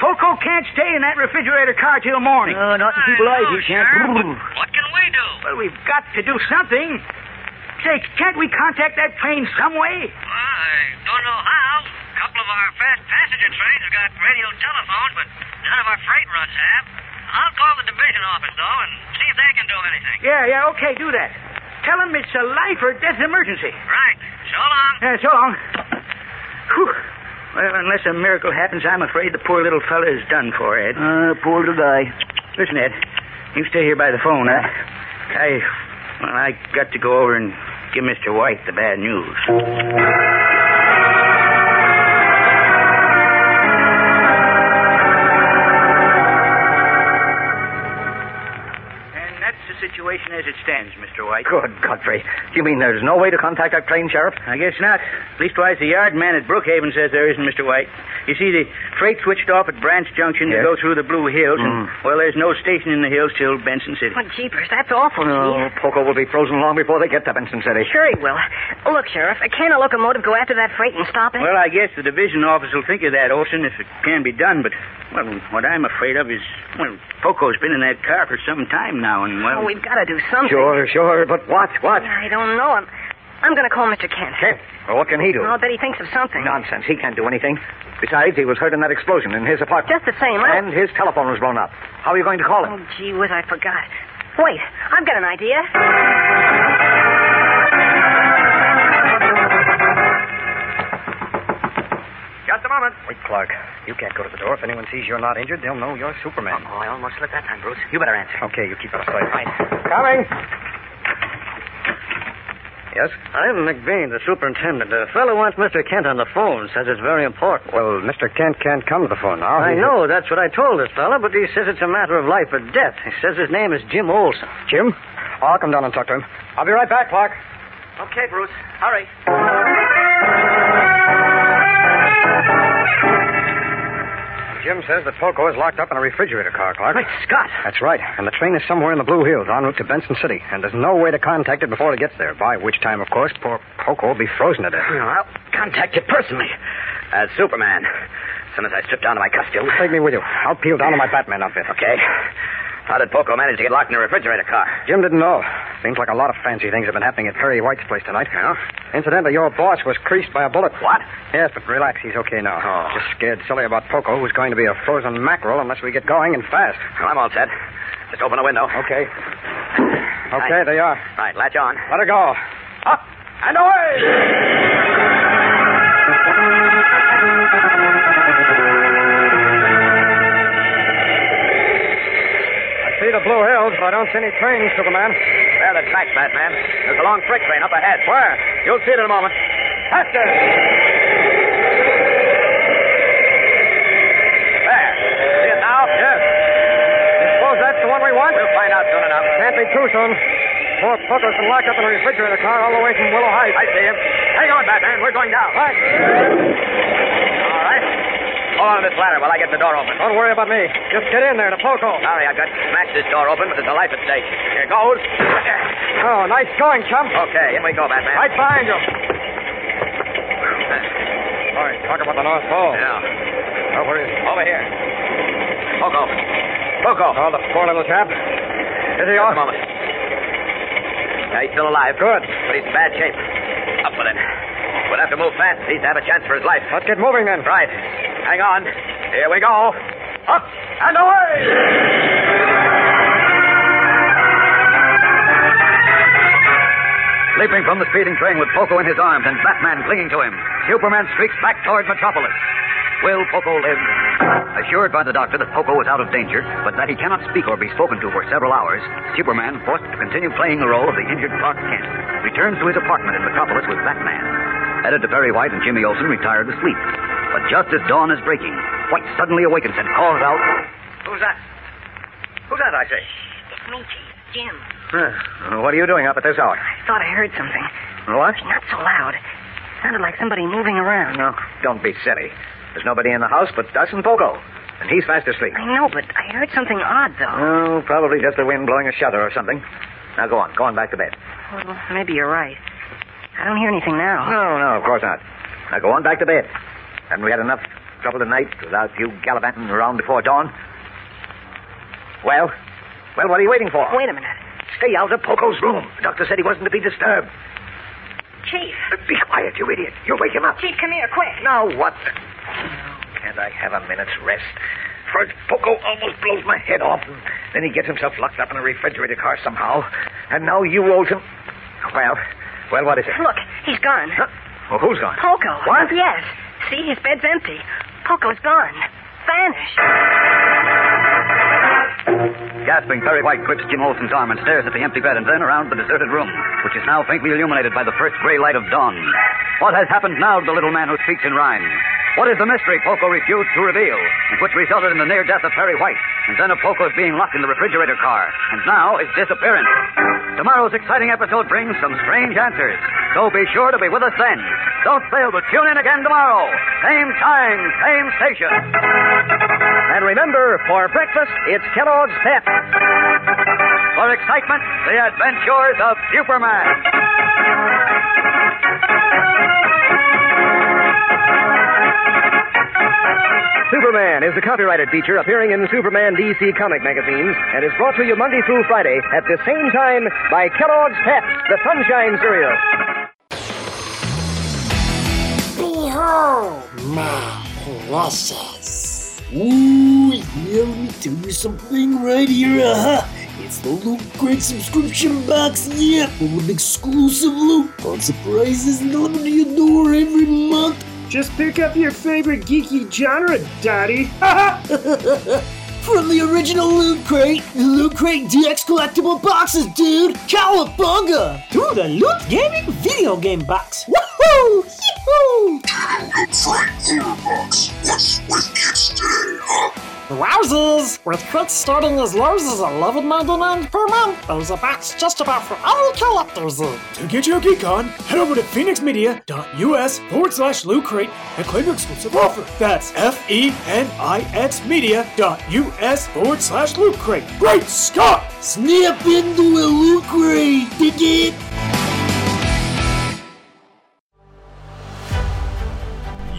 N: Poco can't stay in that refrigerator car till morning.
T: No, not in people's eyes, he can't.
O: What can we do?
N: Well, we've got to do something. Say, can't we contact that train some way?
O: I don't know how. A couple of our fast passenger trains have got radio telephones, but none of our freight runs have. I'll call the division office, though, and see if they can do anything.
N: Yeah, yeah, okay, do that. Tell them it's a life or death emergency.
O: Right. So long.
N: Yeah, so long. Whew. Well, unless a miracle happens, I'm afraid the poor little fella is done for, Ed.
T: Uh, poor little guy.
N: Listen, Ed, you stay here by the phone. I, I, well, I got to go over and give Mr. White the bad news. And that's the situation as it stands, Mr. White.
G: Good, Godfrey. You mean there's no way to contact that train, Sheriff?
N: I guess not. Leastwise, the yard man at Brookhaven says there isn't, Mr. White. You see, the freight switched off at Branch Junction
G: Yes.
N: to go through the Blue Hills, and,
G: Mm.
N: well, there's no station in the hills till Benson City.
Q: What jeepers, that's awful,
G: No,
Q: Chief.
G: Oh, Poco will be frozen long before they get to Benson City.
Q: Sure he will. Oh, look, Sheriff, can a locomotive go after that freight and stop it?
N: Well, I guess the division office will think of that, Olson, if it can be done. But, well, what I'm afraid of is, well, Poco's been in that car for some time now, and, well...
Q: Oh, we've got to do something.
G: Sure, sure, but what, what?
Q: I don't know. I'm, I'm going to call Mr. Kent.
G: Kent? Well, what can he do?
Q: I'll bet he thinks of something.
G: Nonsense. He can't do anything. Besides, he was hurt in that explosion in his apartment.
Q: Just the same. I...
G: And his telephone was blown up. How are you going to call him?
Q: Oh, gee whiz, I forgot. Oh, Wait, I've got an idea.
G: Just a moment. Wait, Clark. You can't go to the door. If anyone sees you're not injured, they'll know you're Superman.
N: Oh, I almost slipped that time, Bruce. You better answer.
G: Okay, you keep out of sight.
N: Right.
G: Coming.
P: Yes? I'm McBean, the superintendent. The fellow wants Mr. Kent on the phone, says it's very important.
E: Well, Mr. Kent can't come to the phone
G: Oh,
E: now.
P: I
E: He's-
P: know, that's what I told this fellow, but he says it's a matter of life or death. He says his name is Jim Olson.
E: Jim? I'll come down and talk to him. I'll be right back, Clark.
N: Okay, Bruce. Hurry.
E: Jim says that Polko is locked up in a refrigerator car, Clark. Great
N: Scott!
E: That's right. And the train is somewhere in the Blue Hills en route to Benson City. And there's no way to contact it before it gets there, by which time, of course, poor Polko will be frozen to death.
G: Well, I'll contact you personally. As Superman. As soon as I strip down to my costume.
E: Take me with you. I'll peel down to my Batman outfit.
G: Okay. How did Poco manage to get locked in a refrigerator car?
E: Jim didn't know. Seems like a lot of fancy things have been happening at Perry White's place tonight. Incidentally, your boss was creased by a bullet. What? Yes, but relax. He's okay now. Oh. Just scared silly about Poco, who's going to be a frozen mackerel unless we get going and fast.
G: Well, I'm all set. Just open a window.
E: Okay. Okay, they are.
G: Right, latch on.
E: Let her go. Up and away! I see the Blue Hills, but I don't see any trains, Superman.
G: There are the tracks, Batman. There's a long freight train up ahead.
E: Where? You'll see it in a moment. Faster!
G: There. See it now?
E: Yes. You suppose that's the one we want?
G: We'll find out soon enough.
E: Can't be too soon. Poor Pucker's been locked up in a refrigerator car all the way from Willow Heights.
G: I see him. Hang on, Batman. We're going down.
E: Right.
G: All right. Hold on to this ladder while I get the door open.
E: Don't worry about me. Just get in there to Poco.
G: Sorry, I've got to smash this door open, but there's a life at stake. Here goes.
E: Oh, nice going, chum.
G: Okay, in we go, Batman.
E: Right behind you. Boy, talk about the North Pole.
G: Yeah.
E: Oh, where is he?
G: Over here. Poco. Poco.
E: Oh, the poor little chap. Is he
G: Just
E: off?
G: a moment. Yeah, he's still alive.
E: Good.
G: But he's in bad shape. Up with it. We'll have to move fast. He's to have a chance for his life.
E: Let's get moving then.
G: Right. Hang on. Here we go. Up and away!
F: Leaping from the speeding train with Poco in his arms and Batman clinging to him, Superman streaks back toward Metropolis. Will Poco live? Assured by the doctor that Poco is out of danger, but that he cannot speak or be spoken to for several hours, Superman, forced to continue playing the role of the injured Clark Kent, returns to his apartment in Metropolis with Batman. Editor Barry White and Jimmy Olsen retire to sleep. But just as dawn is breaking, White suddenly awakens and calls out,
G: Who's that? Who's that, I say?
Q: It's me, Chief. Jim.
E: What are you doing up at this hour?
Q: I thought I heard something.
E: What?
Q: Not so loud. Sounded like somebody moving around.
G: No, don't be silly. There's nobody in the house but us and Poco. And he's fast asleep.
Q: I know, but I heard something odd, though.
G: Oh, probably just the wind blowing a shutter or something. Now go on. Go on back to bed.
Q: Well, maybe you're right. I don't hear anything now.
G: No, no, of course not. Now go on back to bed. Haven't we had enough trouble tonight without you gallivanting around before dawn? Well? Well, what are you waiting for?
Q: Wait a minute.
G: Stay out of Poco's room. The doctor said he wasn't to be disturbed. Uh,
Q: Chief.
G: Be quiet, you idiot. You'll wake him up.
Q: Chief, come here, quick.
G: Now what? the- Can't I have a minute's rest? First, Poco almost blows my head off, and then he gets himself locked up in a refrigerator car somehow, and now you old him. Well, well, what is it?
Q: Look, he's gone.
G: Well, who's gone?
Q: Poco.
G: What?
Q: Yes. See, his bed's empty. Poco's gone. Vanished.
F: Gasping, Perry White grips Jim Olsen's arm and stares at the empty bed and then around the deserted room, which is now faintly illuminated by the first gray light of dawn. What has happened now to the little man who speaks in rhyme? What is the mystery Poco refused to reveal, and which resulted in the near death of Perry White, and then of Poco's being locked in the refrigerator car, and now his disappearance? Tomorrow's exciting episode brings some strange answers, so be sure to be with us then. Don't fail to tune in again tomorrow. Same time, same station.
S: And remember, for breakfast, it's Kellogg's Pep.
F: For excitement, the adventures of Superman.
S: Superman is the copyrighted feature appearing in Superman DC comic magazines and is brought to you Monday through Friday at the same time by Kellogg's Pep, the Sunshine Cereal.
J: Behold my process. Ooh, yeah, let me tell you something right here. Aha! It's the Loot Crate subscription box, yeah, full with exclusive loot, fun surprises delivered to your door every month.
K: Just pick up your favorite geeky genre, Daddy.
J: From the original Loot Crate, the Loot Crate DX collectible boxes, dude! Cowabunga!
K: To the Loot Gaming video game box. Woohoo! Yee-hoo!
T: Loot Crate Theater Box. What's with kids today, huh?
K: Wowzers! With crits starting as low as 11.99 per month, there's a box just about for all collectors.
D: To get your geek on, head over to phoenixmedia.us forward slash loot crate and claim your exclusive offer. That's F E N I X media.us forward slash loot crate. Great Scott!
J: Snap into a loot crate, dig it?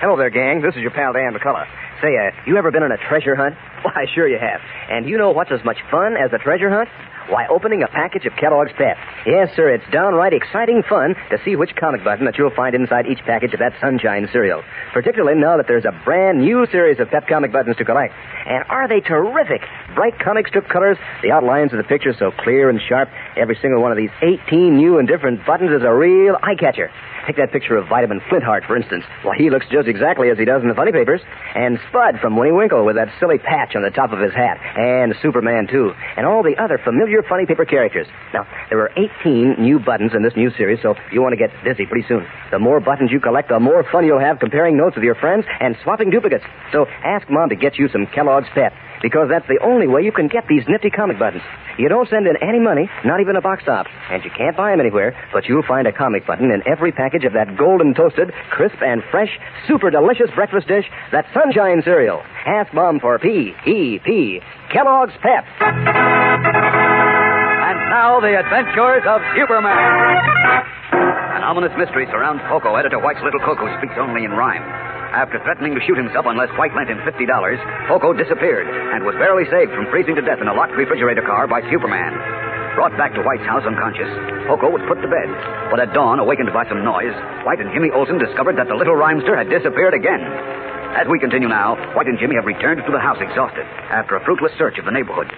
B: Hello there, gang. This is your pal Dan McCullough. Say, uh, you ever been on a treasure hunt? Why, sure you have. And you know what's as much fun as a treasure hunt? Why, opening a package of Kellogg's Pep. Yes, sir, it's downright exciting fun to see which comic button that you'll find inside each package of that Sunshine cereal. Particularly now that there's a brand new series of Pep comic buttons to collect. And are they terrific? Bright comic strip colors, the outlines of the pictures so clear and sharp. Every single one of these 18 new and different buttons is a real eye catcher. Take that picture of Vitamin Flintheart, for instance. Well, he looks just exactly as he does in the funny papers. And Spud from Winnie Winkle with that silly patch on the top of his hat. And Superman, too. And all the other familiar funny paper characters. Now, there are 18 new buttons in this new series, so you want to get busy pretty soon. The more buttons you collect, the more fun you'll have comparing notes with your friends and swapping duplicates. So ask Mom to get you some Kellogg's Pet. Because that's the only way you can get these nifty comic buttons. You don't send in any money, not even a box top. And you can't buy them anywhere, but you'll find a comic button in every package of that golden toasted, crisp and fresh, super delicious breakfast dish, that sunshine cereal. Ask Mom for P-E-P, Kellogg's Pep.
F: And now, The Adventures of Superman. An ominous mystery surrounds Coco, editor White's Little Coco speaks only in rhyme. After threatening to shoot himself unless White lent him $50, Coco disappeared and was barely saved from freezing to death in a locked refrigerator car by Superman. Brought back to White's house unconscious, Coco was put to bed. But at dawn, awakened by some noise, White and Jimmy Olsen discovered that the little rhymester had disappeared again. As we continue now, White and Jimmy have returned to the house exhausted after a fruitless search of the neighborhood.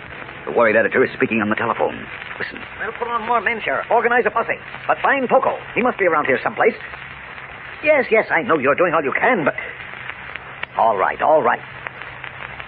F: The worried editor is speaking on the telephone. Listen.
G: We'll put on more men, Sheriff. Organize a posse. But find Poco. He must be around here someplace. Yes, yes, I know you're doing all you can, but. All right, all right.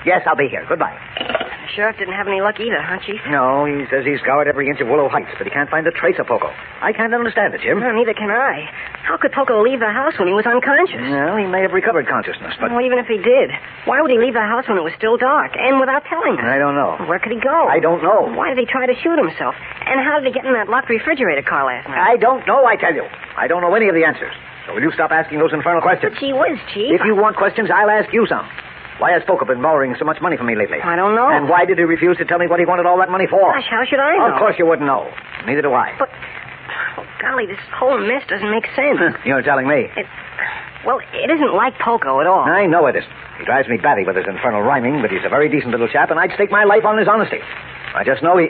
G: Yes, I'll be here. Goodbye.
Q: The sheriff didn't have any luck either, huh, Chief?
G: No, he says he's scoured every inch of Willow Heights, but he can't find a trace of Poco. I can't understand it, Jim.
Q: No, neither can I. How could Poco leave the house when he was unconscious?
G: Well, he may have recovered consciousness, but.
Q: Well, even if he did, why would he leave the house when it was still dark and without telling us?
G: I don't know.
Q: Where could he go?
G: I don't know.
Q: Why did he try to shoot himself? And how did he get in that locked refrigerator car last night?
G: I don't know, I tell you. I don't know any of the answers. So will you stop asking those infernal questions?
Q: But she was, Chief.
G: If you want questions, I'll ask you some. Why has Poker been borrowing so much money from me lately?
Q: I don't know.
G: And why did he refuse to tell me what he wanted all that money for?
Q: Gosh, how should I know?
G: Of course you wouldn't know. Neither do I.
Q: But, oh, golly, this whole mess doesn't make sense.
G: You're telling me.
Q: It, well, it isn't like Poco at all.
G: I know it isn't. He drives me batty with his infernal rhyming, but he's a very decent little chap, and I'd stake my life on his honesty. I just know he.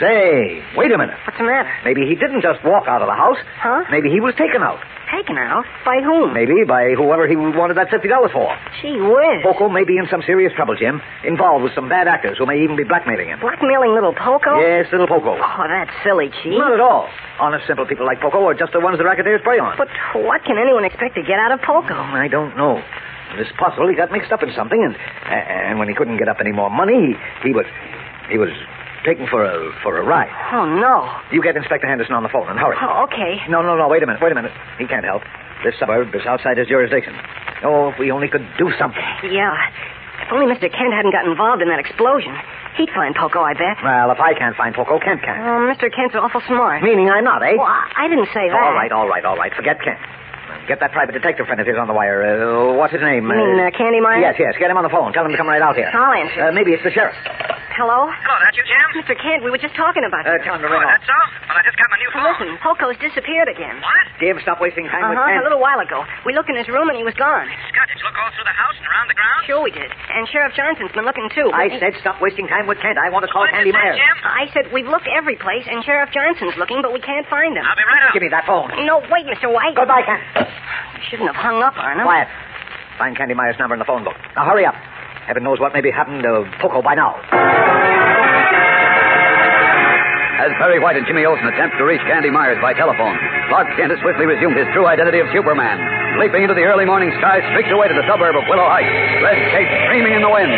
G: Say, wait a minute.
Q: What's the matter?
G: Maybe he didn't just walk out of the house.
Q: Huh?
G: Maybe he was taken out.
Q: Taken out? By whom?
G: Maybe by whoever he wanted that $50 for.
Q: Gee whiz.
G: Poco may be in some serious trouble, Jim. Involved with some bad actors who may even be blackmailing him.
Q: Blackmailing little Poco?
G: Yes, little Poco.
Q: Oh, that's silly, Chief.
G: Not at all. Honest, simple people like Poco are just the ones the racketeers prey on.
Q: But what can anyone expect to get out of Poco?
G: Oh, I don't know. It's possible he got mixed up in something, and and when he couldn't get up any more money, he, he was he was taken for a for a ride.
Q: Oh, no.
G: You get Inspector Henderson on the phone and hurry.
Q: Oh, okay.
G: No, no, no. Wait a minute. Wait a minute. He can't help. This suburb is outside his jurisdiction. Oh, if we only could do something.
Q: Yeah. If only Mr. Kent hadn't got involved in that explosion. He'd find Poco, I bet.
G: Well, if I can't find Poco, Kent can.
Q: Oh, Mr. Kent's awful smart.
G: Meaning I'm not, eh?
Q: Well, I I didn't say that.
G: All right, all right, all right. Forget Kent. Get that private detective friend of his on the wire. Uh, what's his name?
Q: You mean uh, Candy Meyer?
G: Yes, yes. Get him on the phone. Tell him to come right out here.
Q: I'll answer.
G: Uh, maybe it's the sheriff.
Q: Hello?
L: Hello, that you, Jim?
Q: Mr. Kent, we were just talking about you.
G: Time Uh, to
L: Oh,
G: ring off.
L: that's so? Well, I just got my new phone.
Q: Listen, Poco's disappeared again. What?
G: Dave, stop wasting time with
Q: Uh-huh,
G: Ken.
Q: a little while ago. We looked in his room and he was gone.
L: Scott, did you look all through the house and around the ground?
Q: Sure we did. And Sheriff Johnson's been looking too.
G: I said stop wasting time with Kent. I want to call
Q: What did
G: Candy
Q: you say,
G: Myers.
Q: Jim? I said we've looked every place and Sheriff Johnson's looking, but we can't find him. I'll
L: be right
G: up. Give me that phone.
Q: No, wait, Mr. White.
G: Goodbye, Ken.
Q: You shouldn't have hung up on him.
G: Quiet. Find Candy Myers' number in the phone book. Now hurry up. Heaven knows what may be happened to Poco by now.
F: As Perry White and Jimmy Olsen attempt to reach Candy Myers by telephone, Clark Kent has swiftly resumed his true identity of Superman. Leaping into the early morning sky, streaks away to the suburb of Willow Heights, red cape streaming in the wind.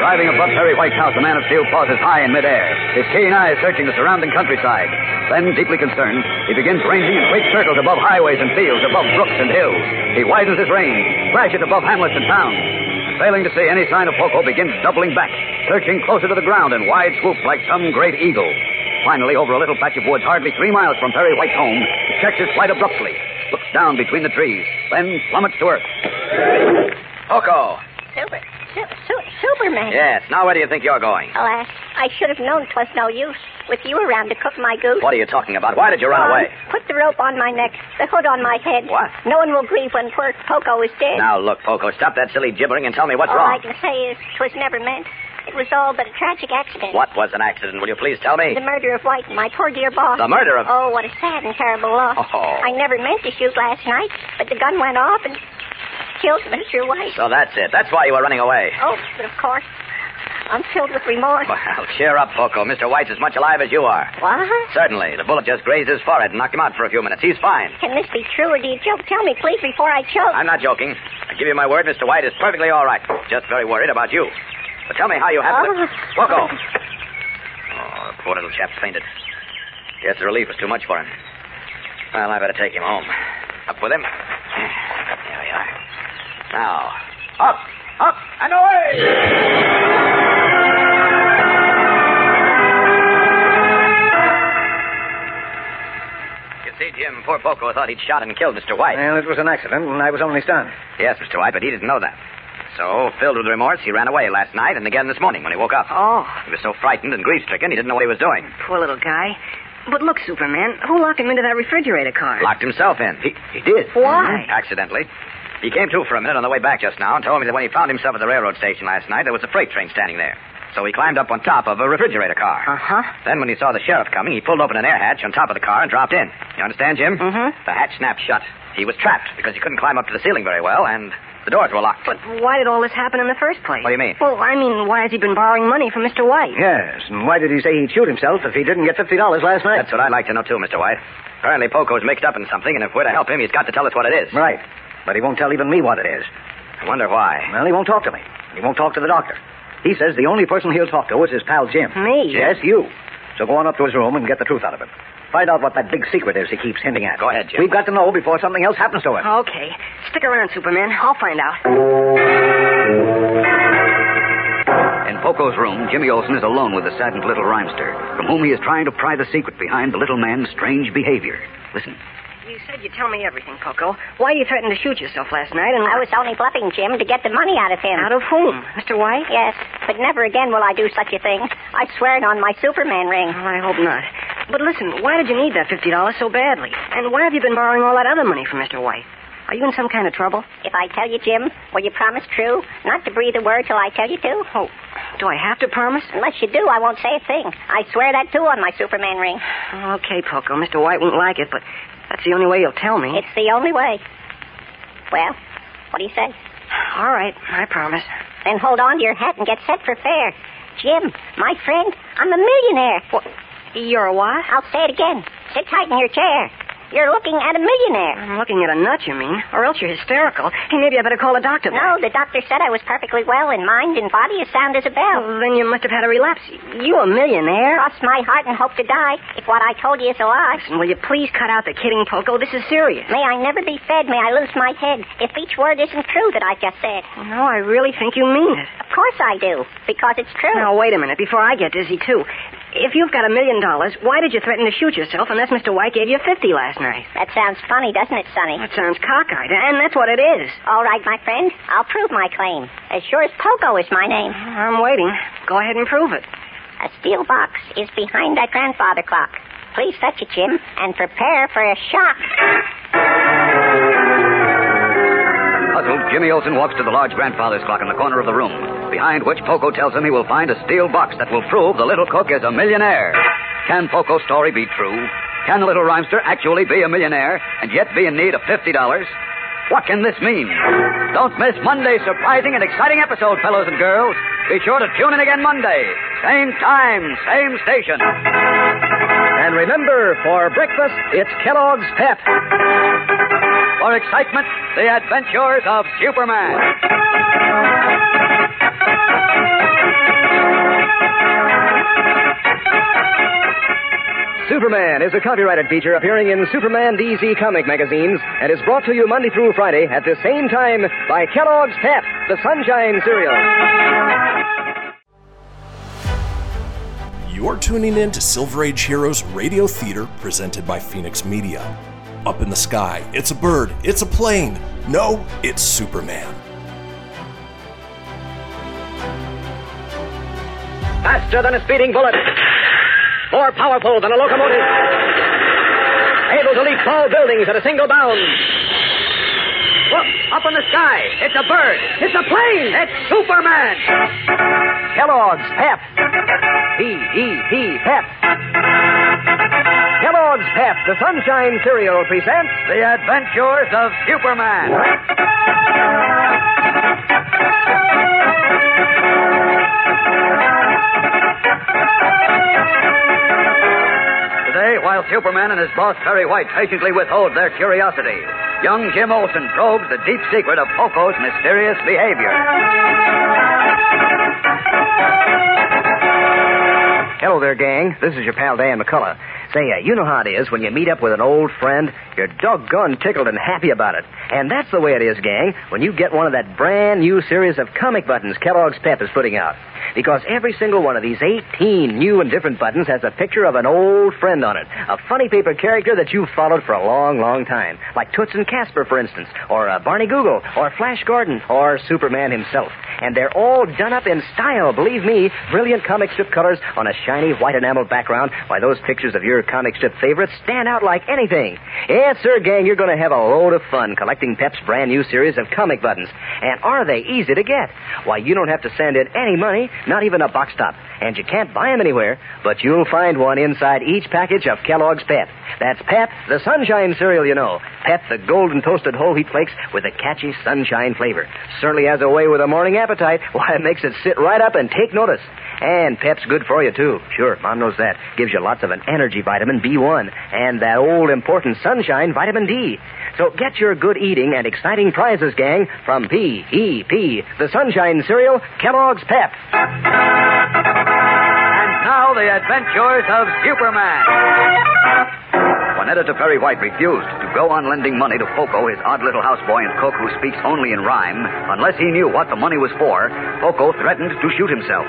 F: Arriving above Perry White's house, the Man of Steel pauses high in midair, his keen eyes searching the surrounding countryside. Then, deeply concerned, he begins ranging in quick circles above highways and fields, above brooks and hills. He widens his range, flashes above hamlets and towns. Failing to see any sign of Poco, begins doubling back, searching closer to the ground in wide swoops like some great eagle. Finally, over a little patch of woods hardly three miles from Perry White's home, he checks his flight abruptly, looks down between the trees, then plummets to earth.
C: Poco.
R: Super, super, super, Superman.
C: Yes, now where do you think you're going?
R: Alas, Oh, I should have known 'twas no use with you around to cook my goose.
C: What are you talking about? Why did you run
R: Juan,
C: away?
R: Put the rope on my neck, the hood on my head. What? No one will grieve when poor Poco is dead.
C: Now, look, Poco, stop that silly gibbering and tell me what's
R: all
C: wrong.
R: Oh, I can say is 'twas never meant. It was all but a tragic accident.
C: What was an accident? Will you please tell me?
R: The murder of White, my poor dear boss.
C: The murder of-
R: Oh, what a sad and terrible loss.
C: Oh.
R: I never meant to shoot last night, but the gun went off and killed Mr. White.
C: So that's it. That's why you were running away.
R: Oh, but of course, I'm filled with remorse.
C: Well, cheer up, Poco. Mr. White's as much alive as you are.
R: What?
C: Certainly. The bullet just grazed his forehead and knocked him out for a few minutes. He's fine.
R: Can this be true, or do you joke? Tell me, please, before I choke.
C: I'm not joking. I give you my word, Mr. White is perfectly all right. Just very worried about you. But tell me how you happened to... Poco! Oh, the poor little chap fainted. Guess the relief was too much for him. Well, I better take him home. Up with him. There we are. Now, up, up, and away! You see, Jim, poor Poco thought he'd shot and killed Mr. White.
G: Well, it was an accident, and I was only stunned.
C: Yes, Mr. White, but he didn't know that. So, filled with remorse, he ran away last night and again this morning when he woke up.
Q: Oh.
C: He was so frightened and grief stricken, he didn't know what he was doing.
Q: Poor little guy. But look, Superman, who locked him into that refrigerator car?
C: Locked himself in. He, he did. Mhm,
Q: Why?
C: Accidentally. He came to for a minute on the way back just now and told me that when he found himself at the railroad station last night, there was a freight train standing there. So he climbed up on top of a refrigerator car. Uh
Q: huh.
C: Then, when he saw the sheriff coming, he pulled open an air hatch on top of the car and dropped in. You understand, Jim? Mm hmm. The hatch snapped shut. He was trapped because he couldn't climb up to the ceiling very well, and the doors were locked.
Q: But why did all this happen in the first place?
C: What do you mean?
Q: Well, I mean, why has he been borrowing money from Mr. White?
G: Yes, and why did he say he'd shoot himself if he didn't get $50 last night?
C: That's what I'd like to know, too, Mr. White. Apparently, Poco's mixed up in something, and if we're to help him, he's got to tell us what it is.
G: Right. But he won't tell even me what it is.
C: I wonder why.
G: Well, he won't talk to me. He won't talk to the doctor. He says the only person he'll talk to is his pal Jim.
Q: Me?
G: Yes, you. So go on up to his room and get the truth out of him. Find out what that big secret is he keeps hinting at. Go ahead, Jim. We've got to know before something else happens to him.
Q: Okay. Stick around, Superman. I'll find out.
F: In Poco's room, Jimmy Olsen is alone with the saddened little rhymester, from whom he is trying to pry the secret behind the little man's strange behavior. Listen.
Q: You said you'd tell me everything, Coco. Why you threatened to shoot yourself last night? And
R: I was only bluffing Jim to get the money out of him.
Q: Out of whom? Mr. White?
R: Yes, but never again will I do such a thing. I swear it on my Superman ring.
Q: I hope not. But listen, why did you need that fifty dollars so badly? And why have you been borrowing all that other money from Mr. White? Are you in some kind of trouble?
R: If I tell you, Jim, will you promise true not to breathe a word till I tell you to?
Q: Oh, do I have to promise?
R: Unless you do, I won't say a thing. I swear that too on my Superman ring.
Q: Okay, Poco. Mr. White won't like it, but that's the only way you'll tell me.
R: It's the only way. Well, what do you say?
Q: All right, I promise.
R: Then hold on to your hat and get set for fair. Jim, my friend, I'm a millionaire.
Q: You're a what?
R: I'll say it again. Sit tight in your chair. You're looking at a millionaire.
Q: I'm looking at a nut, you mean? Or else you're hysterical. Hey, maybe I better call a doctor. then.
R: No, the doctor said I was perfectly well in mind and body, as sound as a bell.
Q: Well, then you must have had a relapse. You a millionaire?
R: Cross my heart and hope to die if what I told you is a lie.
Q: Listen, will you please cut out the kidding, Poco? This is serious.
R: May I never be fed, may I lose my head if each word isn't true that I just said.
Q: No, I really think you mean it.
R: Of course I do, because it's true.
Q: Now, wait a minute, before I get dizzy, too. If you've got a million dollars, why did you threaten to shoot yourself unless Mr. White gave you 50 last night?
R: That sounds funny, doesn't it, Sonny?
Q: That sounds cockeyed, and that's what it is.
R: All right, my friend. I'll prove my claim. As sure as Poco is my name.
Q: I'm waiting. Go ahead and prove it.
R: A steel box is behind that grandfather clock. Please fetch it, Jim, and prepare for a shock.
F: Puzzled, Jimmy Olsen walks to the large grandfather's clock in the corner of the room, behind which Poco tells him he will find a steel box that will prove the little cook is a millionaire. Can Poco's story be true? Can the little rhymester actually be a millionaire and yet be in need of $50? What can this mean? Don't miss Monday's surprising and exciting episode, fellows and girls. Be sure to tune in again Monday. Same time, same station.
S: And remember, for breakfast, it's Kellogg's Pep.
F: For excitement, the adventures of Superman.
S: Superman is a copyrighted feature appearing in Superman DC comic magazines and is brought to you Monday through Friday at the same time by Kellogg's Pep, the Sunshine Cereal.
A: You're tuning in to Silver Age Heroes Radio Theater presented by Phoenix Media. Up in the sky, it's a bird, it's a plane. No, it's Superman.
O: Faster than a speeding bullet. More powerful than a locomotive. Able to leap tall buildings at a single bound. Look, up in the sky. It's a bird. It's a plane. It's Superman.
S: Kellogg's Pep.
O: E
S: P-E-P, Pep. Kellogg's Pep, the Sunshine Cereal, presents
F: The Adventures of Superman. Today, while Superman and his boss Perry White patiently withhold their curiosity, young Jim Olsen probes the deep secret of Poco's mysterious behavior.
B: Hello there, gang. This is your pal Dan McCullough. Say, uh, you know how it is when you meet up with an old friend. You're doggone tickled and happy about it. And that's the way it is, gang, when you get one of that brand new series of comic buttons Kellogg's Pep is putting out. Because every single one of these 18 new and different buttons has a picture of an old friend on it. A funny paper character that you've followed for a long, long time. Like Toots and Casper, for instance, or uh, Barney Google, or Flash Gordon, or Superman himself. And they're all done up in style, believe me. Brilliant comic strip colors on a shiny white enamel background. Why, those pictures of your comic strip favorites stand out like anything. Yes, sir, gang, you're going to have a load of fun collecting Pep's brand new series of comic buttons. And are they easy to get? Why, you don't have to send in any money, not even a box top. And you can't buy them anywhere, but you'll find one inside each package of Kellogg's Pep. That's Pep, the sunshine cereal, you know. Pep, the golden toasted whole wheat flakes with a catchy sunshine flavor. Certainly has a way with a morning appetite. Why, it makes it sit right up and take notice. And Pep's good for you, too. Sure, Mom knows that. Gives you lots of an energy vitamin B1 and that old important sunshine vitamin D. So get your good eating and exciting prizes, gang, from P.E.P., the sunshine cereal, Kellogg's Pep.
F: And now, The Adventures of Superman. When editor Perry White refused to go on lending money to Poco, his odd little houseboy and cook who speaks only in rhyme, unless he knew what the money was for, Poco threatened to shoot himself.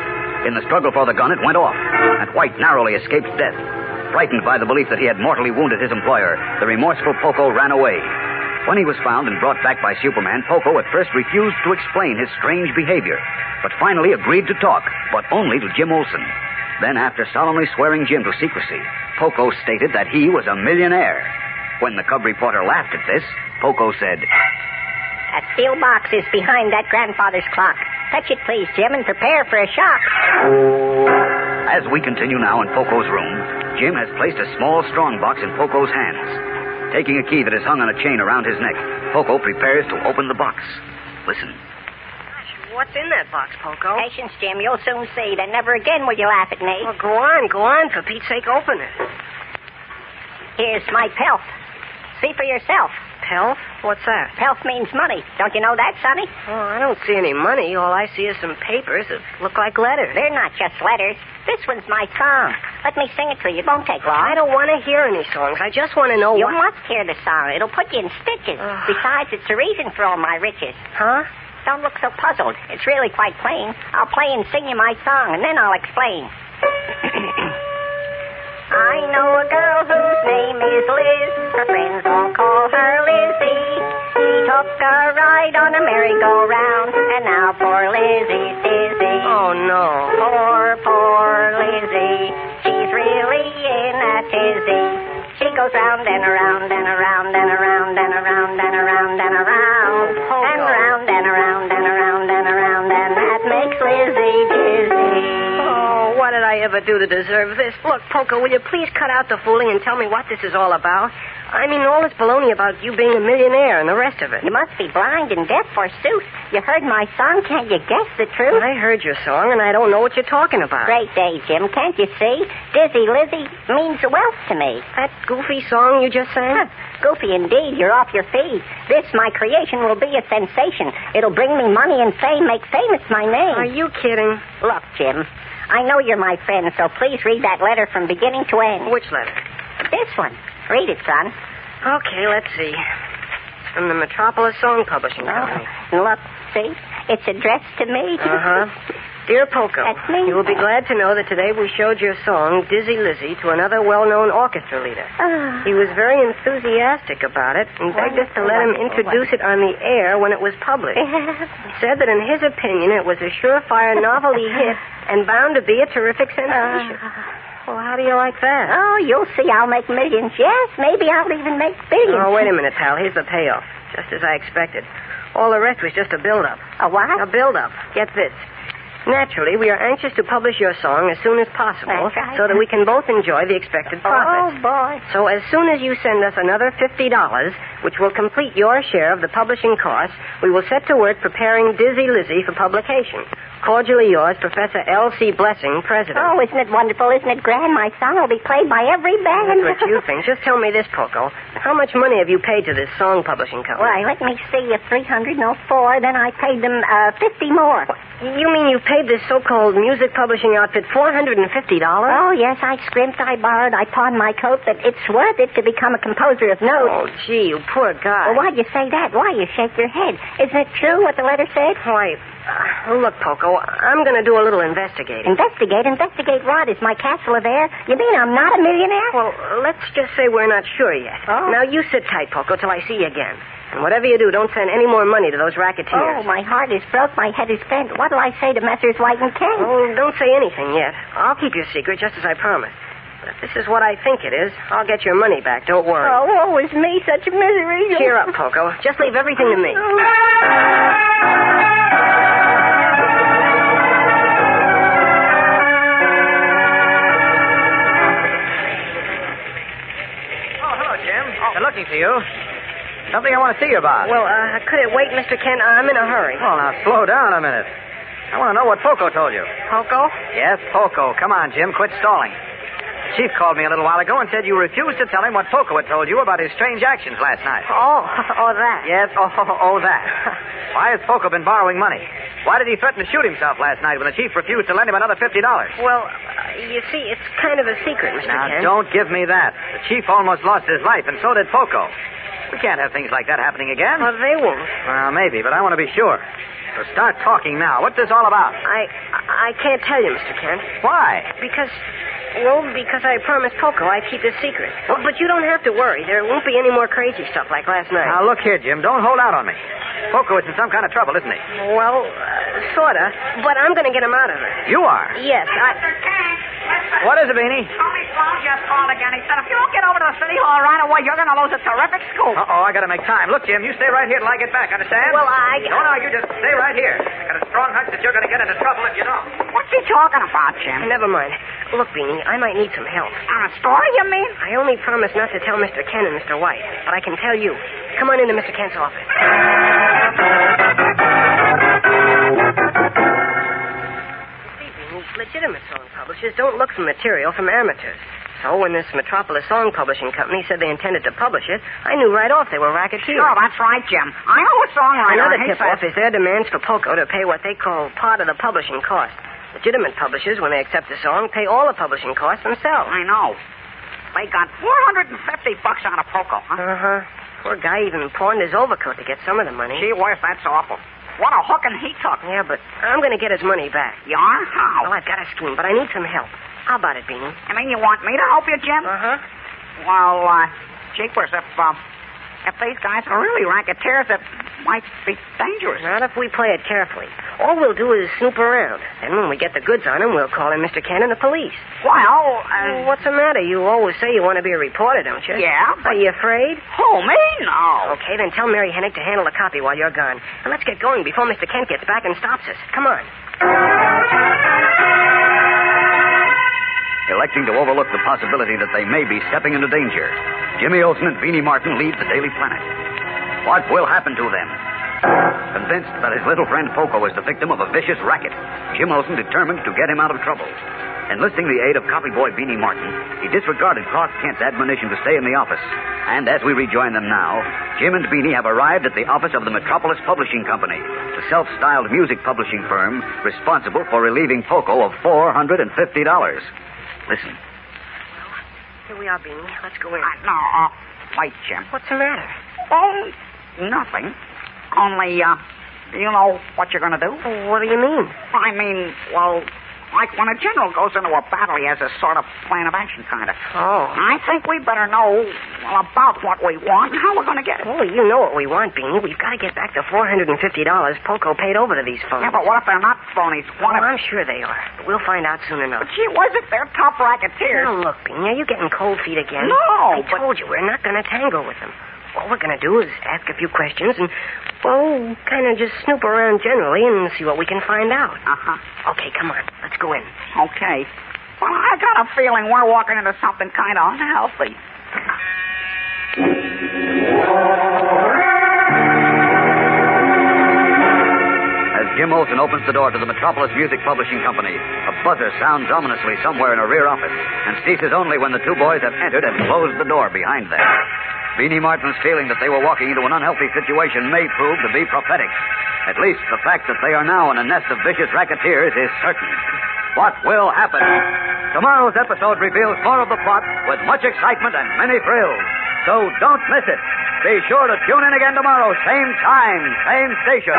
F: In the struggle for the gun, it went off, and White narrowly escaped death. Frightened by the belief that he had mortally wounded his employer, the remorseful Poco ran away. When he was found and brought back by Superman, Poco at first refused to explain his strange behavior, but finally agreed to talk, but only to Jim Olson. Then, after solemnly swearing Jim to secrecy, Poco stated that he was a millionaire. When the cub reporter laughed at this, Poco said,
R: A steel box is behind that grandfather's clock. Fetch it, please, Jim, and prepare for a shock.
F: As we continue now in Poco's room, Jim has placed a small strong box in Poco's hands. Taking a key that is hung on a chain around his neck, Poco prepares to open the box. Listen.
Q: What's in that box, Poco?
R: Patience, Jim. You'll soon see that never again will you laugh at me.
Q: Well, go on, go on. For Pete's sake, open it.
R: Here's my pelf. See for yourself.
Q: Pelf? What's that?
R: Pelf means money. Don't you know that, Sonny?
Q: Oh, I don't see any money. All I see is some papers that look like letters.
R: They're not just letters. This one's my song. Let me sing it to you. It won't take long.
Q: I don't want to hear any songs. I just want to know
R: You
Q: what...
R: must hear the song. It'll put you in stitches. Besides, it's the reason for all my riches.
Q: Huh?
R: Don't look so puzzled. It's really quite plain. I'll play and sing you my song, and then I'll explain. I know a girl whose name is Liz. Her friends all call her Lizzie. She took a ride on a merry-go-round, and now poor Lizzie's dizzy.
Q: Oh, no.
R: Poor, poor Lizzie. She's really in a tizzy. She goes round and around and around and around and around and around and around.
Q: Oh,
R: and round and around and around and around, and that makes Lizzie dizzy.
Q: Oh, what did I ever do to deserve this? Look, Poker, will you please cut out the fooling and tell me what this is all about? I mean, all this baloney about you being a millionaire and the rest of it.
R: You must be blind and deaf, forsooth. You heard my song, can't you guess the truth?
Q: I heard your song, and I don't know what you're talking about.
R: Great day, Jim. Can't you see? Dizzy Lizzie means wealth to me.
Q: That goofy song you just sang?
R: Huh. Goofy indeed. You're off your feet. This, my creation, will be a sensation. It'll bring me money and fame, make famous my name.
Q: Are you kidding?
R: Look, Jim, I know you're my friend, so please read that letter from beginning to end.
Q: Which letter?
R: This one. Read it, son.
Q: Okay, let's see. From the Metropolis Song Publishing Company.
R: Oh, look, see? It's addressed to me.
Q: Uh huh. Dear Polko,
R: That's me.
Q: you will be glad to know that today we showed your song, Dizzy Lizzie, to another well known orchestra leader.
R: Ah.
Q: He was very enthusiastic about it and begged us to let him
R: Wonderful,
Q: introduce it on the air when it was published. He said that in his opinion it was a surefire novelty hit and bound to be a terrific
R: Uh,
Q: sensation. Uh, well, how do you like that?
R: Oh, you'll see. I'll make millions. Yes, maybe I'll even make billions.
Q: Oh, wait a minute, pal. Here's the payoff. Just as I expected. All the rest was just a build-up.
R: A what?
Q: A build-up. Get this. Naturally, we are anxious to publish your song as soon as possible
R: That's right.
Q: so that we can both enjoy the expected
R: Oh,
Q: profits.
R: boy.
Q: So as soon as you send us another $50, which will complete your share of the publishing costs, we will set to work preparing Dizzy Lizzie for publication. Cordially yours, Professor L.C. Blessing, President.
R: Oh, isn't it wonderful? Isn't it grand? My song will be played by every band.
Q: That's what you think. Just tell me this, Poco. How much money have you paid to this song publishing company?
R: Why, let me see. If 300 no oh four, then I paid them uh, 50 more.
Q: You mean you paid this so-called music publishing outfit $450?
R: Oh, yes, I scrimped, I borrowed, I pawned my coat, but it's worth it to become a composer of
Q: Oh,
R: note.
Q: gee, you poor guy.
R: Well, why'd you say that? Why you shake your head? Isn't it true what the letter said?
Q: Why, Oh, uh, look, Poco, I'm going to do a little investigating.
R: Investigate, investigate what? Is my castle of air? You mean I'm not a millionaire?
Q: Well, let's just say we're not sure yet.
R: Oh.
Q: Now, you sit tight, Poco, till I see you again. And whatever you do, don't send any more money to those
R: Oh,
Q: racketeers.
R: my heart is broke, my head is bent. What'll I say to Messrs. White and King?
Q: Oh, don't say anything yet. I'll keep your secret, just as I promised. But if this is what I think it is, I'll get your money back. Don't worry.
R: Oh, woe is me, such misery.
Q: Cheer up, Poco. Just leave everything to me.
R: Oh.
N: Oh, hello, Jim. They're looking for you. Uh, Something I want to see you about.
Q: Well, uh, could it wait, Mr. Kent? I'm in a hurry.
N: Well, now slow down a minute. I want to know what Poco told you.
Q: Poco?
N: Yes, Poco. Come on, Jim. Quit stalling. Chief called me a little while ago and said you refused to tell him what Poco had told you about his strange actions last night.
Q: Oh, oh, that.
N: Yes, oh, oh, oh, that. Why has Poco been borrowing money? Why did he threaten to shoot himself last night when the chief refused to lend him another $50?
Q: Well, uh, you see, it's kind of a secret, Mr.
N: Now,
Q: Kent.
N: don't give me that. The chief almost lost his life, and so did Poco. We can't have things like that happening again.
Q: Well, they won't.
N: Well, maybe, but I want to be sure. So start talking now. What's this all about?
Q: I, I can't tell you, Mr. Kent.
N: Why?
Q: Because, well, because I promised Poco I'd keep his secret. Well, but you don't have to worry. There won't be any more crazy stuff like last night.
N: Now, look here, Jim. Don't hold out on me. Poco is in some kind of trouble, isn't he?
Q: Well, uh, sorta. But I'm going to get him out of it.
N: You are.
Q: Yes, I.
N: What is it, Beanie?
I: Tony Sloan just called again. He said, if you don't get over to the city hall right away, you're going to lose a terrific scoop.
N: Uh-oh, I gotta make time. Look, Jim, you stay right here till I get back, understand?
I: Well, I-
N: No, no, you just stay right here. I got a strong hunch that you're gonna get into trouble if you don't.
I: What's he talking about, Jim?
Q: Never mind. Look, Beanie, I might need some help.
I: On a story, you mean?
Q: I only promised not to tell Mr. Kent and Mr. White, but I can tell you. Come on into Mr. Kent's office. See, Beanie, Legitimate song publishers don't look for material from amateurs. So when this Metropolis Song Publishing Company said they intended to publish it, I knew right off they were racketeers.
I: Oh, that's right, Jim. I know a songwriter.
Q: Another
I: He
Q: tip-off
I: said-
Q: is their demands for Poco to pay what they call part of the publishing cost. Legitimate publishers, when they accept a song, pay all the publishing costs themselves.
I: I know. They got 450 bucks on a Poco, huh?
Q: Uh-huh. Poor guy even pawned his overcoat to get some of the money.
I: Gee whiz, that's awful. What a hooking he took.
Q: Yeah, but I'm going to get his money back.
I: You are? How?
Q: Well, I've got a scheme, but I need some help. How about it, Beanie?
I: I mean, you want me to help you, Jim? Uh-huh. Well, uh, jeepers, if, um, if these guys are really racketeers, it might be dangerous.
Q: Not if we play it carefully. All we'll do is snoop around. And when we get the goods on him, we'll call in Mr. Ken and the police.
I: Well,
Q: uh... What's the matter? You always say you want to be a reporter, don't you?
I: Yeah,
Q: Are you afraid?
I: Oh, me? No.
Q: Okay, then tell Mary Hennick to handle the copy while you're gone. And let's get going before Mr. Kent gets back and stops us. Come on.
F: Electing to overlook the possibility that they may be stepping into danger, Jimmy Olsen and Beanie Martin leave the Daily Planet. What will happen to them? Convinced that his little friend Poco was the victim of a vicious racket, Jim Olsen determined to get him out of trouble. Enlisting the aid of copy boy Beanie Martin, he disregarded Clark Kent's admonition to stay in the office. And as we rejoin them now, Jim and Beanie have arrived at the office of the Metropolis Publishing Company, the self styled music publishing firm responsible for relieving Poco of $450. Listen.
Q: Here we are, Beanie. Let's go in.
I: no, uh, wait, Jim.
Q: What's the matter?
I: Oh, nothing. Only, uh, you know what you're going to do?
Q: What do you mean?
I: I mean, well, like when a general goes into a battle, he has a sort of plan of action, kind of.
Q: Oh.
I: I think we better know well, about what we want and how we're going to get it.
Q: Oh, you know what we want, Beanie. We've got to get back the $450 Poco paid over to these phonies.
I: Yeah, but what if they're not phonies?
Q: Oh,
I: What if...
Q: I'm sure they are. But we'll find out soon enough.
I: But gee whiz, if they're top racketeers...
Q: Now, look, Beanie, are you getting cold feet again?
I: Oh,
Q: I
I: No, but-
Q: told you, we're not going to tangle with them. What we're going to do is ask a few questions and, well, kind of just snoop around generally and see what we can find out.
I: Uh-huh.
Q: Okay, come on. Let's go in.
I: Okay. Well, I got a feeling we're walking into something kind of unhealthy.
F: As Jim Olsen opens the door to the Metropolis Music Publishing Company, a buzzer sounds ominously somewhere in a rear office and ceases only when the two boys have entered and closed the door behind them. Beanie Martin's feeling that they were walking into an unhealthy situation may prove to be prophetic. At least the fact that they are now in a nest of vicious racketeers is certain. What will happen? Tomorrow's episode reveals more of the plot with much excitement and many thrills. So don't miss it. Be sure to tune in again tomorrow, same time, same station.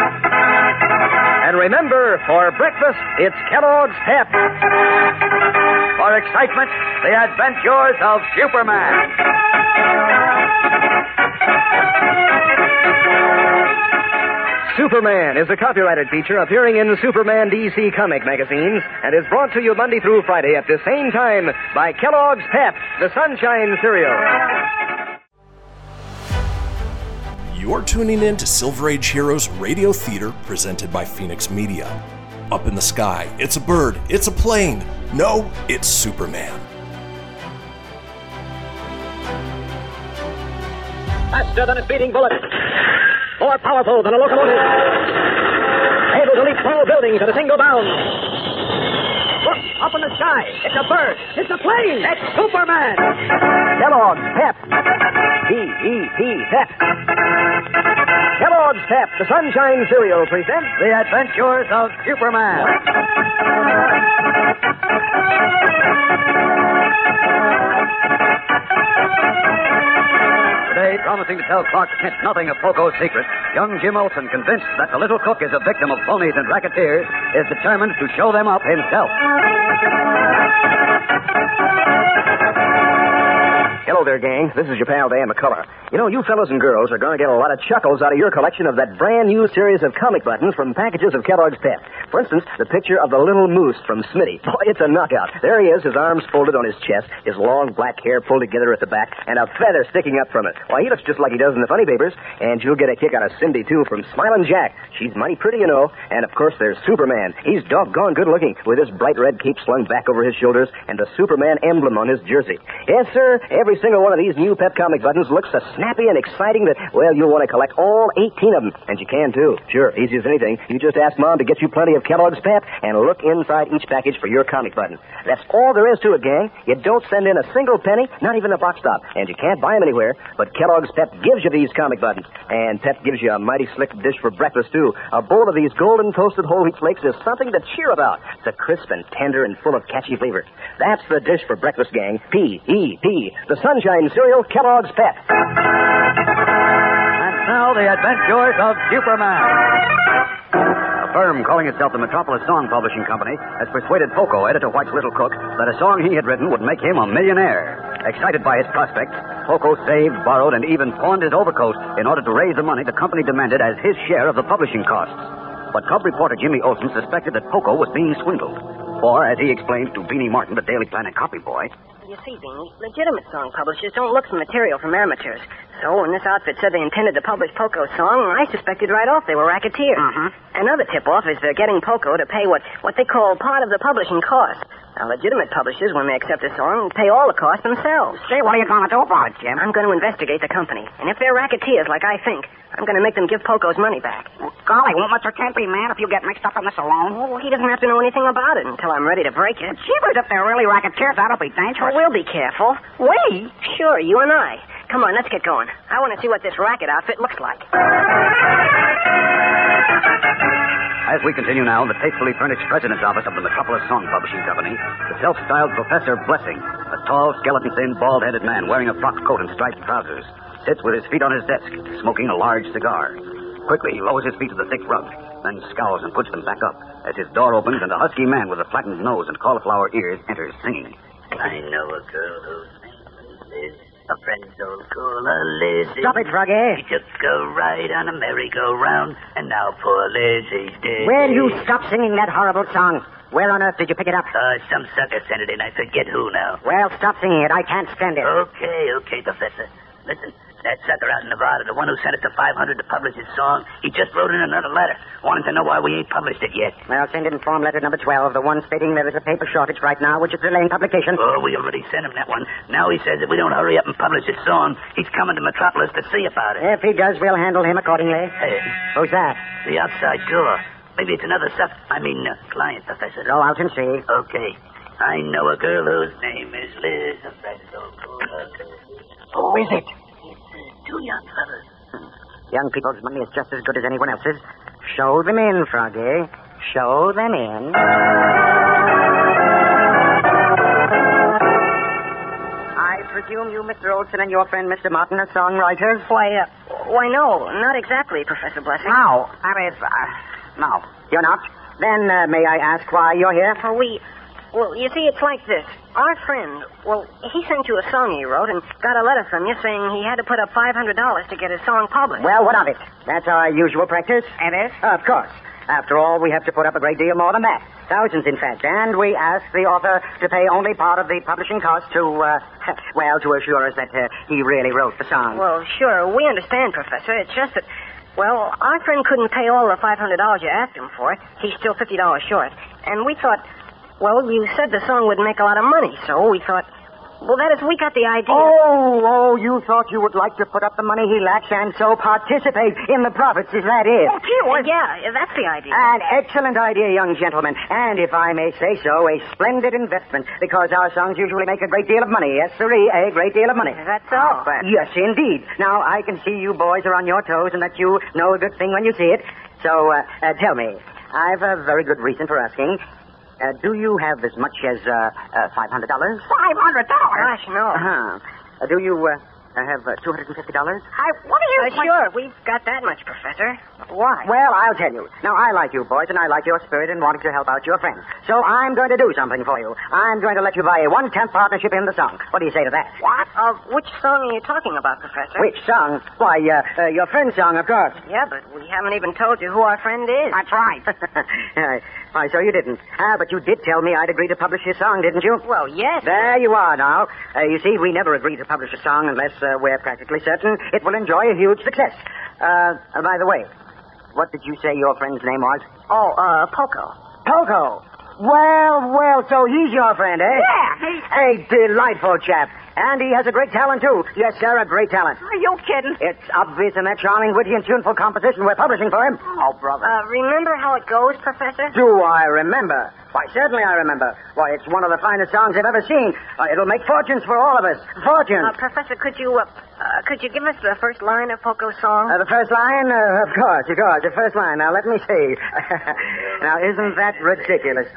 S: And remember, for breakfast, it's Kellogg's Pep.
F: For excitement, the adventures of Superman.
S: Superman is a copyrighted feature appearing in Superman DC comic magazines and is brought to you Monday through Friday at the same time by Kellogg's Pep, the Sunshine Cereal.
A: You're tuning in to Silver Age Heroes Radio Theater presented by Phoenix Media. Up in the sky, it's a bird, it's a plane. No, it's Superman.
O: Faster than a speeding bullet. More powerful than a locomotive. Able to leap tall buildings at a single bound. Look, up in the sky. It's a bird. It's a plane. It's Superman. Kellogg's Pep. P-E-P, Pep.
S: Kellogg's Pep, the Sunshine Cereal presents The Adventures of Superman.
F: Today, promising to tell Clark Kent nothing of Poco's secret, young Jim Olsen, convinced that the little cook is a victim of phonies and racketeers, is determined to show them up himself.
B: Hello there, gang. This is your pal Dan McCullough. You know, you fellas and girls are going to get a lot of chuckles out of your collection of that brand new series of comic buttons from packages of Kellogg's Pep. For instance, the picture of the little moose from Smitty. Boy, it's a knockout. There he is, his arms folded on his chest, his long black hair pulled together at the back, and a feather sticking up from it. Why, he looks just like he does in the funny papers. And you'll get a kick out of Cindy, too, from Smiling Jack. She's mighty pretty, you know. And of course, there's Superman. He's doggone good looking, with his bright red cape slung back over his shoulders and the Superman emblem on his jersey. Yes, sir, every single one of these new Pep Comic buttons looks so snappy and exciting that, well, you'll want to collect all 18 of them. And you can, too. Sure, easy as anything. You just ask Mom to get you plenty of Kellogg's Pep and look inside each package for your comic button. That's all there is to it, gang. You don't send in a single penny, not even a box stop. And you can't buy them anywhere. But Kellogg's Pep gives you these comic buttons. And Pep gives you a mighty slick dish for breakfast, too. A bowl of these golden toasted whole wheat flakes is something to cheer about. It's a crisp and tender and full of catchy flavor. That's the dish for breakfast, gang. P-E-P. The Sunshine Cereal Kellogg's Pep.
F: And now, the adventures of Superman. A
M: firm calling itself the Metropolis Song Publishing Company has persuaded Poco, editor White's Little Cook, that a song he had written would make him a millionaire. Excited by his prospects, Poco saved, borrowed, and even pawned his overcoat in order to raise the money the company demanded as his share of the publishing costs. But Cub reporter Jimmy Olsen suspected that Poco was being swindled. For, as he explained to Beanie Martin, the Daily Planet copy boy,
Q: You see, Beanie, legitimate song publishers don't look for material from amateurs. So when this outfit said they intended to publish Poco's song, I suspected right off they were racketeers. Another tip-off is they're getting Poco to pay what, what they call part of the publishing cost. Now, legitimate publishers, when they accept a song, pay all the cost themselves. Say, what are you going to do about it, Jim? I'm going to investigate the company. And if they're racketeers, like I think, I'm going to make them give Poco's money back.
I: Golly, won't Mr. Kent be mad if you get mixed up in this alone?
Q: Well, he doesn't have to know anything about it until I'm ready to break it.
I: Jeepers, if they're really racketeers, that'll be
Q: Oh,
I: dangerous.
Q: we'll be careful. We? Sure, you and I. Come on, let's get going. I want to see what this racket outfit looks like.
M: As we continue now, the tastefully furnished president's office of the Metropolis Song Publishing Company, the self-styled Professor Blessing, a tall, skeleton-thin, bald-headed man wearing a frock coat and striped trousers, sits with his feet on his desk, smoking a large cigar. Quickly, he lowers his feet to the thick rug, then scowls and puts them back up as his door opens and a husky man with a flattened nose and cauliflower ears enters singing.
T: I know a girl whose name is Liz. A friend so cool, a Lizzie.
M: Stop it, Froggy.
T: She took a ride on a merry-go-round, and now poor Lizzie's dead.
U: Will you stop singing that horrible song? Where on earth did you pick it up?
T: Uh, some sucker sent it in. I forget who now.
U: Well, stop singing it. I can't stand it.
T: Okay, okay, Professor. Listen, that sucker out in Nevada, the one who sent us the 500 to publish his song, he just wrote in another letter, wanting to know why we ain't published it yet.
U: Well, send in form letter number 12, the one stating there is a paper shortage right now which is delaying publication.
T: Oh, we already sent him that one. Now he says if we don't hurry up and publish his song, he's coming to Metropolis to see about it.
U: If he does, we'll handle him accordingly.
T: Hey,
U: Who's that?
T: the outside door. Maybe it's another sup. I mean, uh, client, Professor.
U: Go out and see.
T: Okay. I know a girl whose name is Liz. A friend so cool.
U: Who is it?
T: Two young fellas.
U: Young people's money is just as good as anyone else's. Show them in, Froggy. Show them in. I presume you, Mr. Olson, and your friend, Mr. Martin, are songwriters?
Q: Why, uh, why, no, not exactly, Professor Blessing.
U: No, that is, uh, no, you're not. Then uh, may I ask why you're here?
Q: Well, we. Well, you see, it's like this. Our friend, well, he sent you a song he wrote and got a letter from you saying he had to put up $500 to get his song published.
U: Well, what of it? That's our usual practice. It is? Of course. After all, we have to put up a great deal more than that. Thousands, in fact. And we ask the author to pay only part of the publishing cost to, uh, well, to assure us that uh, he really wrote the song.
Q: Well, sure, we understand, Professor. It's just that, well, our friend couldn't pay all the $500 you asked him for. He's still $50 short. And we thought, well, you said the song would make a lot of money, so we thought, well, that is, we got the idea.
U: Oh, oh, you thought you would like to put up the money he lacks and so participate in the profits, is that it?
I: Oh,
Q: Yeah, that's the idea.
U: An excellent idea, young gentleman. And if I may say so, a splendid investment, because our songs usually make a great deal of money. Yes, sirree, a great deal of money. Oh,
Q: That's all.
U: Yes, indeed. Now, I can see you boys are on your toes and that you know a good thing when you see it. So, uh, uh, tell me, I've a very good reason for asking. Uh, do you have as much as uh, uh, $500?
I: Five hundred dollars.
Q: Gosh, no.
U: Uh-huh. Uh, do you uh, have uh, $250?
I: I. What are you?
Q: Uh, sure, we've got that much, Professor. Why?
U: Well, I'll tell you. Now, I like you boys, and I like your spirit and wanting to help out your friends. So I'm going to do something for you. I'm going to let you buy a one-tenth partnership in the song. What do you say to that?
Q: What? Uh, which song are you talking about, Professor?
U: Which song? Why, uh, uh, your friend's song, of course.
Q: Yeah, but we haven't even told you who our friend is. That's right.
U: Uh, why, so you didn't. Ah, but you did tell me I'd agree to publish your song, didn't you?
Q: Well, yes.
U: There you are now. Uh, you see, we never agree to publish a song unless uh, we're practically certain it will enjoy a huge success. Uh, uh, by the way, what did you say your friend's name was?
Q: Oh, uh, Poco.
U: Poco? Well, well, so he's your friend, eh?
I: Yeah,
U: A delightful chap. And he has a great talent, too. Yes, sir, a great talent.
I: Are you kidding?
U: It's obvious in that charming, witty, and tuneful composition we're publishing for him. Oh, brother.
Q: Uh, remember how it goes, Professor?
U: Do I remember? Why, certainly I remember. Why, it's one of the finest songs I've ever seen. Uh, it'll make fortunes for all of us. Fortunes.
Q: Uh, Professor, could you, uh, uh, could you give us the first line of Poco's song?
U: Uh, the first line? Uh, of course, of course. The first line. Now, let me see. now, isn't that ridiculous?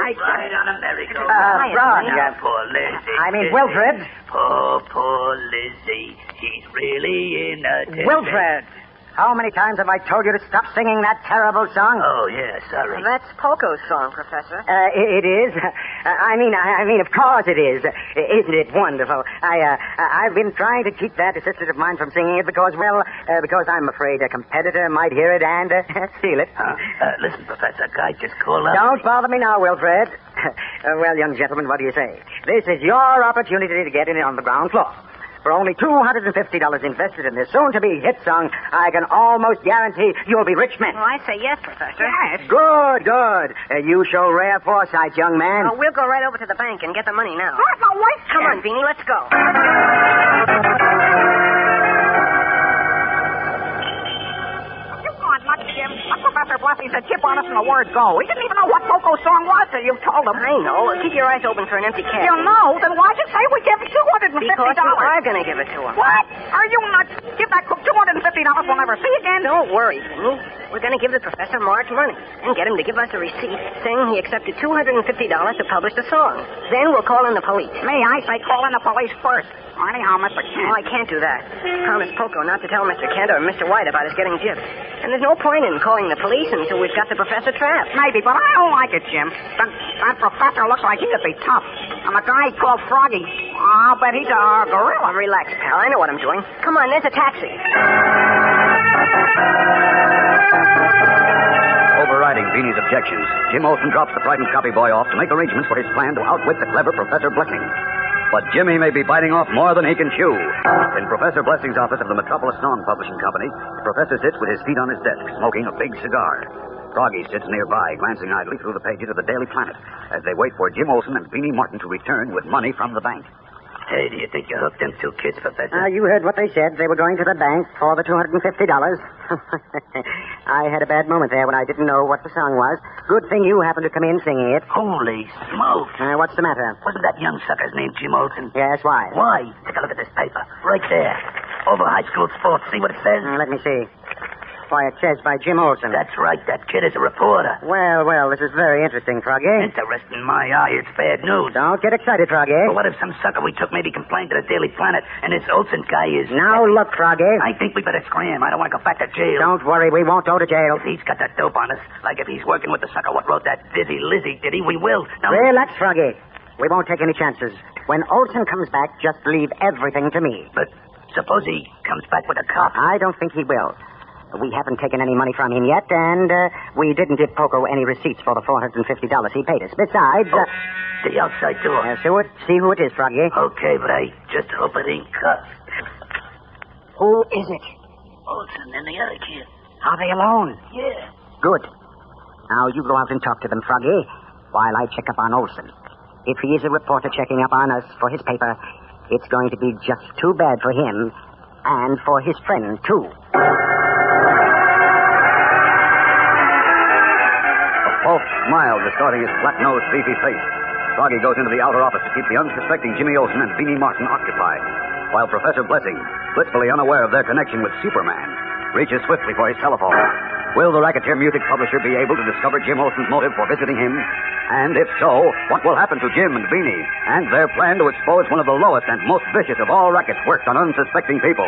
T: I ride on a merry-go-round.
U: Uh, Frog.
T: Now, poor Lizzie.
U: I mean, Wilfred.
T: Poor, poor Lizzie. She's really in a... tizzy.
U: Wilfred. How many times have I told you to stop singing that terrible song?
T: Oh, yeah, sorry.
Q: That's Polko's song, Professor.
U: Uh, it, it is. Uh, I mean, I, I mean, of course it is. Uh, Isn't it wonderful? I, uh, I- I've been trying to keep that assistant of mine from singing it because, well, uh, because I'm afraid a competitor might hear it and uh, steal it.
T: Uh, listen, Professor, a guy just called out.
U: Don't bother me now, Wilfred. Uh, well, young gentleman, what do you say? This is your opportunity to get in on the ground floor. For only $250 invested in this soon-to-be hit song, I can almost guarantee you'll be rich men.
Q: Well, I say yes, Professor.
U: Yes. Good, good. Uh, you show rare foresight, young man.
Q: Oh, we'll go right over to the bank and get the money now.
U: Where's my wife?
Q: Come on, Beanie, let's go.
I: You gone nuts, Jim. What Professor Bluffy said, chip on us in the word go. He didn't even know what Poco's song was till you told him.
Q: I know. Keep your eyes open for an empty cab.
I: You know? Then why'd you say we give him $250?
Q: Because you are going to give it to him.
I: What? Are you nuts? Give that crook $250 we'll never see again.
Q: Don't worry, Penny. We're going to give the professor Marge money and get him to give us a receipt saying he accepted $250 to publish the song. Then we'll call in the police.
I: Me, I say call in the police first. Or anyhow, Mr. Kent.
Q: Oh, I can't do that. Promise Poco not to tell Mr. Kent or Mr. White about us getting gypped. And there's no point in calling the police until we've got the professor trapped.
I: Maybe, but I don't like it, Jim. That, that professor looks like he could be tough. And the guy called Froggy, I'll bet he's a gorilla.
Q: Relax, pal. I know what I'm doing. Come on, there's a taxi.
F: Overriding Beanie's objections, Jim Olsen drops the frightened copy boy off to make arrangements for his plan to outwit the clever Professor Blessing. But Jimmy may be biting off more than he can chew. In Professor Blessing's office of the Metropolis Non Publishing Company, the professor sits with his feet on his desk, smoking a big cigar. Froggy sits nearby, glancing idly through the pages of the Daily Planet as they wait for Jim Olsen and Beanie Martin to return with money from the bank.
T: Hey, do you think you hooked them two kids, Professor?
U: Uh, you heard what they said. They were going to the bank for the $250. I had a bad moment there when I didn't know what the song was. Good thing you happened to come in singing it.
T: Holy smokes.
U: Uh, what's the matter?
T: Wasn't that young sucker's name Jim Olsen?
U: Yes, why?
T: Why? Take a look at this paper. Right there. Over high school sports. See what it says?
U: Uh, let me see. Why, it says by Jim Olsen.
T: That's right. That kid is a reporter.
U: Well, well, this is very interesting, Froggy.
T: Interesting, my eye. It's bad news.
U: Don't get excited, Froggy.
T: But what if some sucker we took maybe complained to the Daily Planet and this Olsen guy is.
U: Now look, Froggy.
T: I think we better scram. I don't want to go back to jail.
U: Don't worry, we won't go to jail.
T: If he's got that dope on us, like if he's working with the sucker what wrote that Dizzy Lizzy ditty, we will. Now,
U: Relax, Froggy. We won't take any chances. When Olsen comes back, just leave everything to me.
T: But suppose he comes back with a cop.
U: I don't think he will. We haven't taken any money from him yet, and uh, we didn't give Poco any receipts for the $450 he paid us. Besides, uh,
T: Oh, The outside door.
U: uh, see, what, see who it is, Froggy.
T: Okay, but I just hope it ain't cuffs.
U: Who is it?
T: Olsen and Oh, the other kid.
U: Are they alone?
T: Yeah.
U: Good. Now you go out and talk to them, Froggy, while I check up on Olson. If he is a reporter checking up on us for his paper, it's going to be just too bad for him and for his friend, too.
F: A false smile distorting his flat nosed, beefy face. Froggy goes into the outer office to keep the unsuspecting Jimmy Olsen and Beanie Martin occupied, while Professor Blessing, blissfully unaware of their connection with Superman, reaches swiftly for his telephone. Will the Racketeer music publisher be able to discover Jim Olsen's motive for visiting him? And if so, what will happen to Jim and Beanie and their plan to expose one of the lowest and most vicious of all rackets worked on unsuspecting people?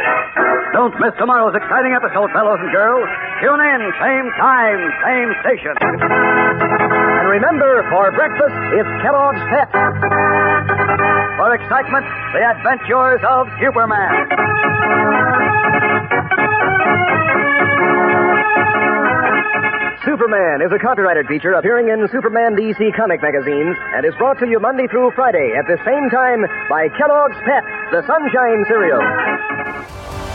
F: Don't miss tomorrow's exciting episode, fellows and girls. Tune in, same time, same station.
B: And remember, for breakfast, it's Kellogg's Pep.
F: for excitement, the adventures of Superman.
B: Superman is a copyrighted feature appearing in Superman DC comic magazines and is brought to you Monday through Friday at the same time by Kellogg's Pep, the Sunshine Cereal.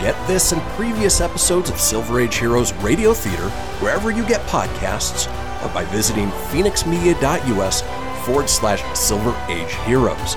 A: Get this and previous episodes of Silver Age Heroes Radio Theater wherever you get podcasts or by visiting phoenixmedia.us forward slash Silver Age Heroes.